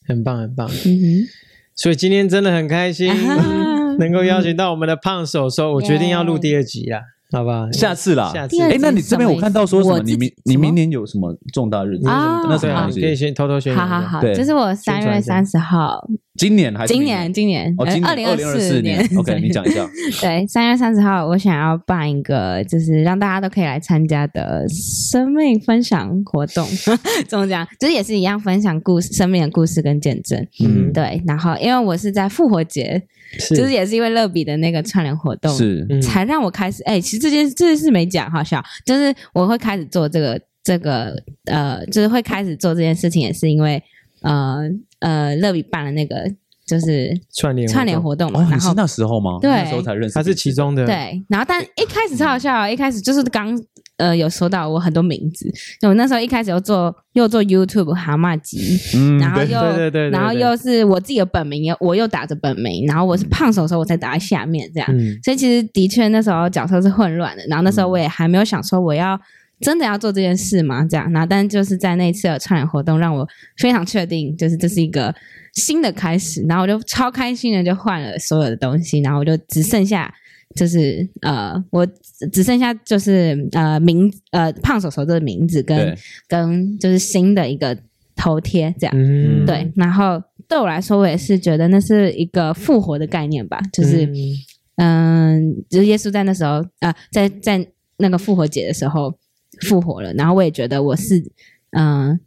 [SPEAKER 1] 很棒很棒。
[SPEAKER 2] (laughs)
[SPEAKER 3] 嗯啊
[SPEAKER 1] 所以今天真的很开
[SPEAKER 2] 哎
[SPEAKER 1] 心，
[SPEAKER 3] (laughs) 哼，
[SPEAKER 1] 能够邀请到我们的胖手手，我决定要录第二集啦，好吧？
[SPEAKER 2] (laughs) 下次啦，
[SPEAKER 1] 下次
[SPEAKER 3] 第二
[SPEAKER 2] 哎
[SPEAKER 3] 集，
[SPEAKER 2] 那你这边我看到说什
[SPEAKER 3] 我
[SPEAKER 2] 么？
[SPEAKER 3] 自己
[SPEAKER 2] 你明
[SPEAKER 3] 什么
[SPEAKER 2] 你明年有什么重大日子？
[SPEAKER 3] 啊
[SPEAKER 2] 那什
[SPEAKER 1] 对
[SPEAKER 2] 么
[SPEAKER 1] 啊，
[SPEAKER 2] 东
[SPEAKER 1] 你可以
[SPEAKER 2] 西？
[SPEAKER 1] 先偷偷宣
[SPEAKER 3] 好
[SPEAKER 1] 传一
[SPEAKER 3] 好
[SPEAKER 1] 下。
[SPEAKER 3] 好，
[SPEAKER 2] 对
[SPEAKER 3] 这是我三月三十号，
[SPEAKER 2] 今年还是
[SPEAKER 3] 今
[SPEAKER 2] 明
[SPEAKER 3] 年今年
[SPEAKER 2] 哦，今
[SPEAKER 3] 二
[SPEAKER 2] 年
[SPEAKER 3] 零
[SPEAKER 2] 二
[SPEAKER 3] 二
[SPEAKER 2] 零二
[SPEAKER 3] 四
[SPEAKER 2] 四年。OK，你
[SPEAKER 3] (laughs)
[SPEAKER 2] 讲一下。
[SPEAKER 3] 对，三月三十号，我想要办一个，就是让大家都可以来参加的生命分享活动。 (laughs) 怎么讲？就是也是一样，分享故事、生命的故事跟见证。
[SPEAKER 1] 嗯
[SPEAKER 3] 对，然后因为我是在复活节，就是
[SPEAKER 1] 是
[SPEAKER 3] 也是因为乐比的那个串联活动，
[SPEAKER 2] 是
[SPEAKER 1] 嗯
[SPEAKER 3] 才让我开始。哎、其实这件这件事没讲，好笑，就是我会开始做这个这个呃，就是会开始做这件事情，也是因为呃呃，乐比办了那个就是
[SPEAKER 1] 串联
[SPEAKER 3] 串联
[SPEAKER 1] 动，
[SPEAKER 3] 活动嘛，
[SPEAKER 2] 哦，你
[SPEAKER 3] 然
[SPEAKER 2] 是
[SPEAKER 3] 后
[SPEAKER 2] 那时候吗？
[SPEAKER 3] 对
[SPEAKER 2] 那时候才认识彼此，
[SPEAKER 1] 它是其中的
[SPEAKER 3] 对，然后但一开始超好笑哦，一开始就是刚呃有收到我很多名字，就我那时候一开始又做又做 YouTube 蛤蟆集，
[SPEAKER 2] 嗯，
[SPEAKER 3] 然后又
[SPEAKER 2] 对
[SPEAKER 1] 对对对对
[SPEAKER 3] 然后
[SPEAKER 1] 对
[SPEAKER 3] 又是我自己的本名，又我又打着本名，然后我是胖手的时候我才打在下面这样，
[SPEAKER 1] 嗯
[SPEAKER 3] 所以其实的确那时候角色是混乱的，然后那时候我也还没有想说我要。真的要做这件事吗？这样，然后但就是在那一次的串联活动，让我非常确定，就是这是一个新的开始。然后我就超开心的，就换了所有的东西，然后我就只剩下就是呃，我只只剩下就是呃名呃胖手手这个名字跟
[SPEAKER 2] 对
[SPEAKER 3] 跟就是新的一个头贴这样。
[SPEAKER 1] 嗯
[SPEAKER 3] 对，然后对我来说，我也是觉得那是一个复活的概念吧，就是
[SPEAKER 1] 嗯
[SPEAKER 3] 嗯、就是耶稣在那时候啊、呃在在那个复活节的时候复活了，然后我也觉得我是嗯、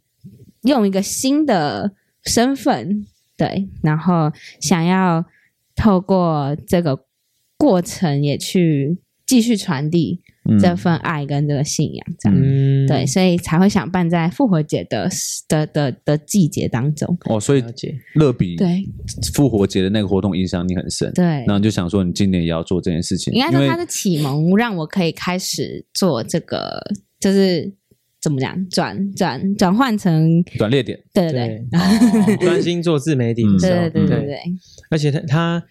[SPEAKER 3] 用一个新的身份对，然后想要透过这个过程也去继续传递
[SPEAKER 2] 嗯
[SPEAKER 3] 这份爱跟这个信仰，这样、
[SPEAKER 1] 嗯
[SPEAKER 3] 对，所以才会想办在复活节的的的的季节当中，
[SPEAKER 2] 哦，所以
[SPEAKER 1] 了解
[SPEAKER 2] 乐比
[SPEAKER 3] 对
[SPEAKER 2] 复活节的那个活动影响你很深，
[SPEAKER 3] 对
[SPEAKER 2] 然，后你就想说你今年也要做这件事情，
[SPEAKER 3] 应该
[SPEAKER 2] 因
[SPEAKER 3] 说
[SPEAKER 2] 为
[SPEAKER 3] 他的启蒙让我可以开始做这个，就是怎么讲，转转转换成
[SPEAKER 2] 转列点，
[SPEAKER 3] 对对
[SPEAKER 1] 对，哦专心做自媒体
[SPEAKER 2] 嗯
[SPEAKER 1] 的时候，
[SPEAKER 3] 对对对对
[SPEAKER 1] 对，
[SPEAKER 3] 对，
[SPEAKER 1] 而且他他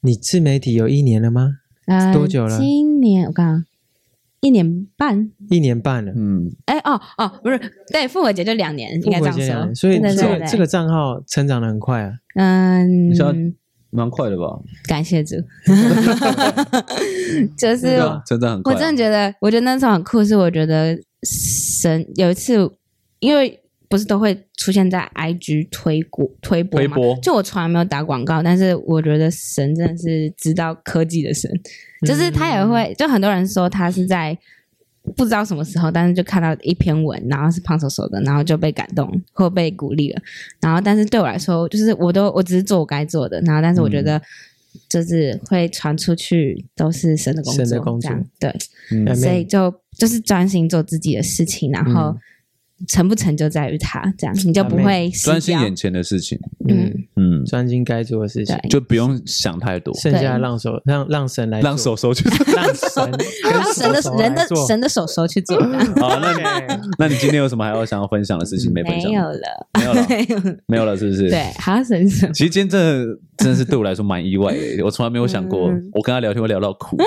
[SPEAKER 1] 你自媒体有一年了吗？
[SPEAKER 3] 呃
[SPEAKER 1] 多久了
[SPEAKER 3] 今年我看啊一年半，
[SPEAKER 1] 一年半了。
[SPEAKER 2] 嗯，
[SPEAKER 3] 哎哦哦，不是，对，复活节就两年，应该这样
[SPEAKER 1] 复活节两
[SPEAKER 3] 说。
[SPEAKER 1] 年所以
[SPEAKER 3] 对对
[SPEAKER 1] 这
[SPEAKER 3] 对
[SPEAKER 1] 个
[SPEAKER 3] 对
[SPEAKER 1] 这个账号成长的很快啊，
[SPEAKER 2] 你知道
[SPEAKER 3] 嗯，
[SPEAKER 2] 蛮快的吧？
[SPEAKER 3] 感
[SPEAKER 1] (laughs)
[SPEAKER 3] 谢主，就是
[SPEAKER 2] 吧成长很快
[SPEAKER 3] 哦
[SPEAKER 2] 啊，
[SPEAKER 3] 我真的觉得，我觉得那时候很酷，是我觉得神有一次，因为不是都会出现在 IG 推过推播嘛
[SPEAKER 2] 推播
[SPEAKER 3] 就我从来没有打广告，但是我觉得神真的是知道科技的神，
[SPEAKER 1] 嗯
[SPEAKER 3] 就是他也会，就很多人说他是在。不知道什么时候，但是就看到一篇文，然后是胖手手的，然后就被感动或被鼓励了。然后，但是对我来说，就是我都我只是做我该做的，然后但是我觉得
[SPEAKER 1] 嗯
[SPEAKER 3] 就是会传出去都是神的工作，
[SPEAKER 1] 神的工作
[SPEAKER 3] 这样对。
[SPEAKER 2] 嗯
[SPEAKER 1] 嗯
[SPEAKER 3] 所以就就是专心做自己的事情，然后成不成就在于他，这样你就不会失
[SPEAKER 2] 专心
[SPEAKER 3] 掉
[SPEAKER 2] 眼前的事情，
[SPEAKER 3] 嗯，
[SPEAKER 2] 嗯，
[SPEAKER 1] 专心该做的事情，
[SPEAKER 3] 对
[SPEAKER 2] 就不用想太多，
[SPEAKER 1] 剩下让手让让神来做
[SPEAKER 2] 让手
[SPEAKER 3] (laughs)
[SPEAKER 2] 手去。
[SPEAKER 1] 让神
[SPEAKER 3] 让啊神的人的神的手手去做，
[SPEAKER 2] 好，那你
[SPEAKER 1] 的
[SPEAKER 3] (laughs)
[SPEAKER 2] 那你今天有什么还要想要分享的事 (laughs) 情没分
[SPEAKER 3] 嗯没
[SPEAKER 2] 享？
[SPEAKER 3] 有了，
[SPEAKER 2] 没有了，
[SPEAKER 3] (laughs) 没有了，
[SPEAKER 2] 没有了，是不是？
[SPEAKER 3] 对，还要神什么？
[SPEAKER 2] 其实今天真的真的是对我来说蛮意外的，我从来没有想过，
[SPEAKER 3] 嗯
[SPEAKER 2] 我跟他聊天会聊到
[SPEAKER 3] (laughs)
[SPEAKER 2] 哭，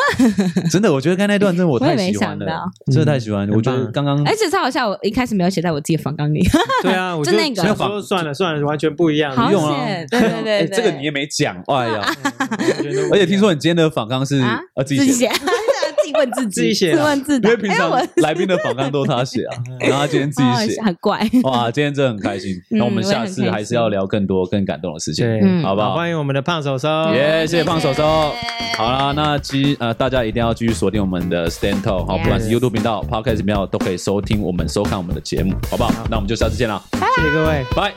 [SPEAKER 2] 真的，我觉得刚才那段真的我太喜欢
[SPEAKER 3] 我也没想
[SPEAKER 2] 了
[SPEAKER 3] 到，
[SPEAKER 2] 真的太喜欢了。
[SPEAKER 1] 嗯
[SPEAKER 2] 我觉得
[SPEAKER 1] 很
[SPEAKER 2] 刚刚
[SPEAKER 3] 而哎且超好笑，我一开始没有写在我自己的访纲里，
[SPEAKER 1] 对啊，我
[SPEAKER 3] 就那个
[SPEAKER 1] 想说算了算了，完全不一样，
[SPEAKER 3] 好
[SPEAKER 2] 用啊
[SPEAKER 3] 险，
[SPEAKER 2] (laughs)
[SPEAKER 3] 对对
[SPEAKER 2] 哎
[SPEAKER 3] 对，对
[SPEAKER 2] 这个你也没讲，哎呀，
[SPEAKER 1] 完全都不一样
[SPEAKER 2] 而且听说你今天的访纲是
[SPEAKER 3] 啊
[SPEAKER 2] 呃自
[SPEAKER 3] (laughs) 自
[SPEAKER 2] 己
[SPEAKER 3] 己
[SPEAKER 2] 写
[SPEAKER 3] 写，自己问自己，
[SPEAKER 1] 自己写啊
[SPEAKER 3] (laughs) 自问自
[SPEAKER 2] 的，
[SPEAKER 3] 答，
[SPEAKER 2] 因为平
[SPEAKER 3] 哎
[SPEAKER 2] 常
[SPEAKER 3] 我
[SPEAKER 2] (laughs) 来宾的访纲都是他写
[SPEAKER 3] (laughs)
[SPEAKER 2] 啊，然后他今天自己写
[SPEAKER 3] 哦，很怪，
[SPEAKER 2] 哇，今天真的很开心。
[SPEAKER 3] 嗯
[SPEAKER 2] 那我们
[SPEAKER 3] 我也
[SPEAKER 2] 下
[SPEAKER 3] 很
[SPEAKER 2] 次
[SPEAKER 3] 开
[SPEAKER 2] 还是
[SPEAKER 3] 心
[SPEAKER 2] 要聊更多更感动的事情，
[SPEAKER 1] 对
[SPEAKER 3] 嗯
[SPEAKER 2] 好不好？
[SPEAKER 1] 欢迎我们的胖手手，
[SPEAKER 2] 耶，谢谢胖手手
[SPEAKER 3] 谢。谢
[SPEAKER 2] 好啦，那继呃，大家一定要继续锁定我们的 Stand Talk，好，
[SPEAKER 3] Yes
[SPEAKER 2] 不管是 YouTube 频道、Podcast 频道都可以收听我们、收看我们的节目，好不好？那我们就下次见啦，
[SPEAKER 1] 谢谢各位，
[SPEAKER 2] 拜。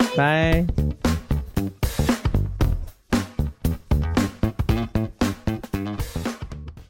[SPEAKER 1] 拜。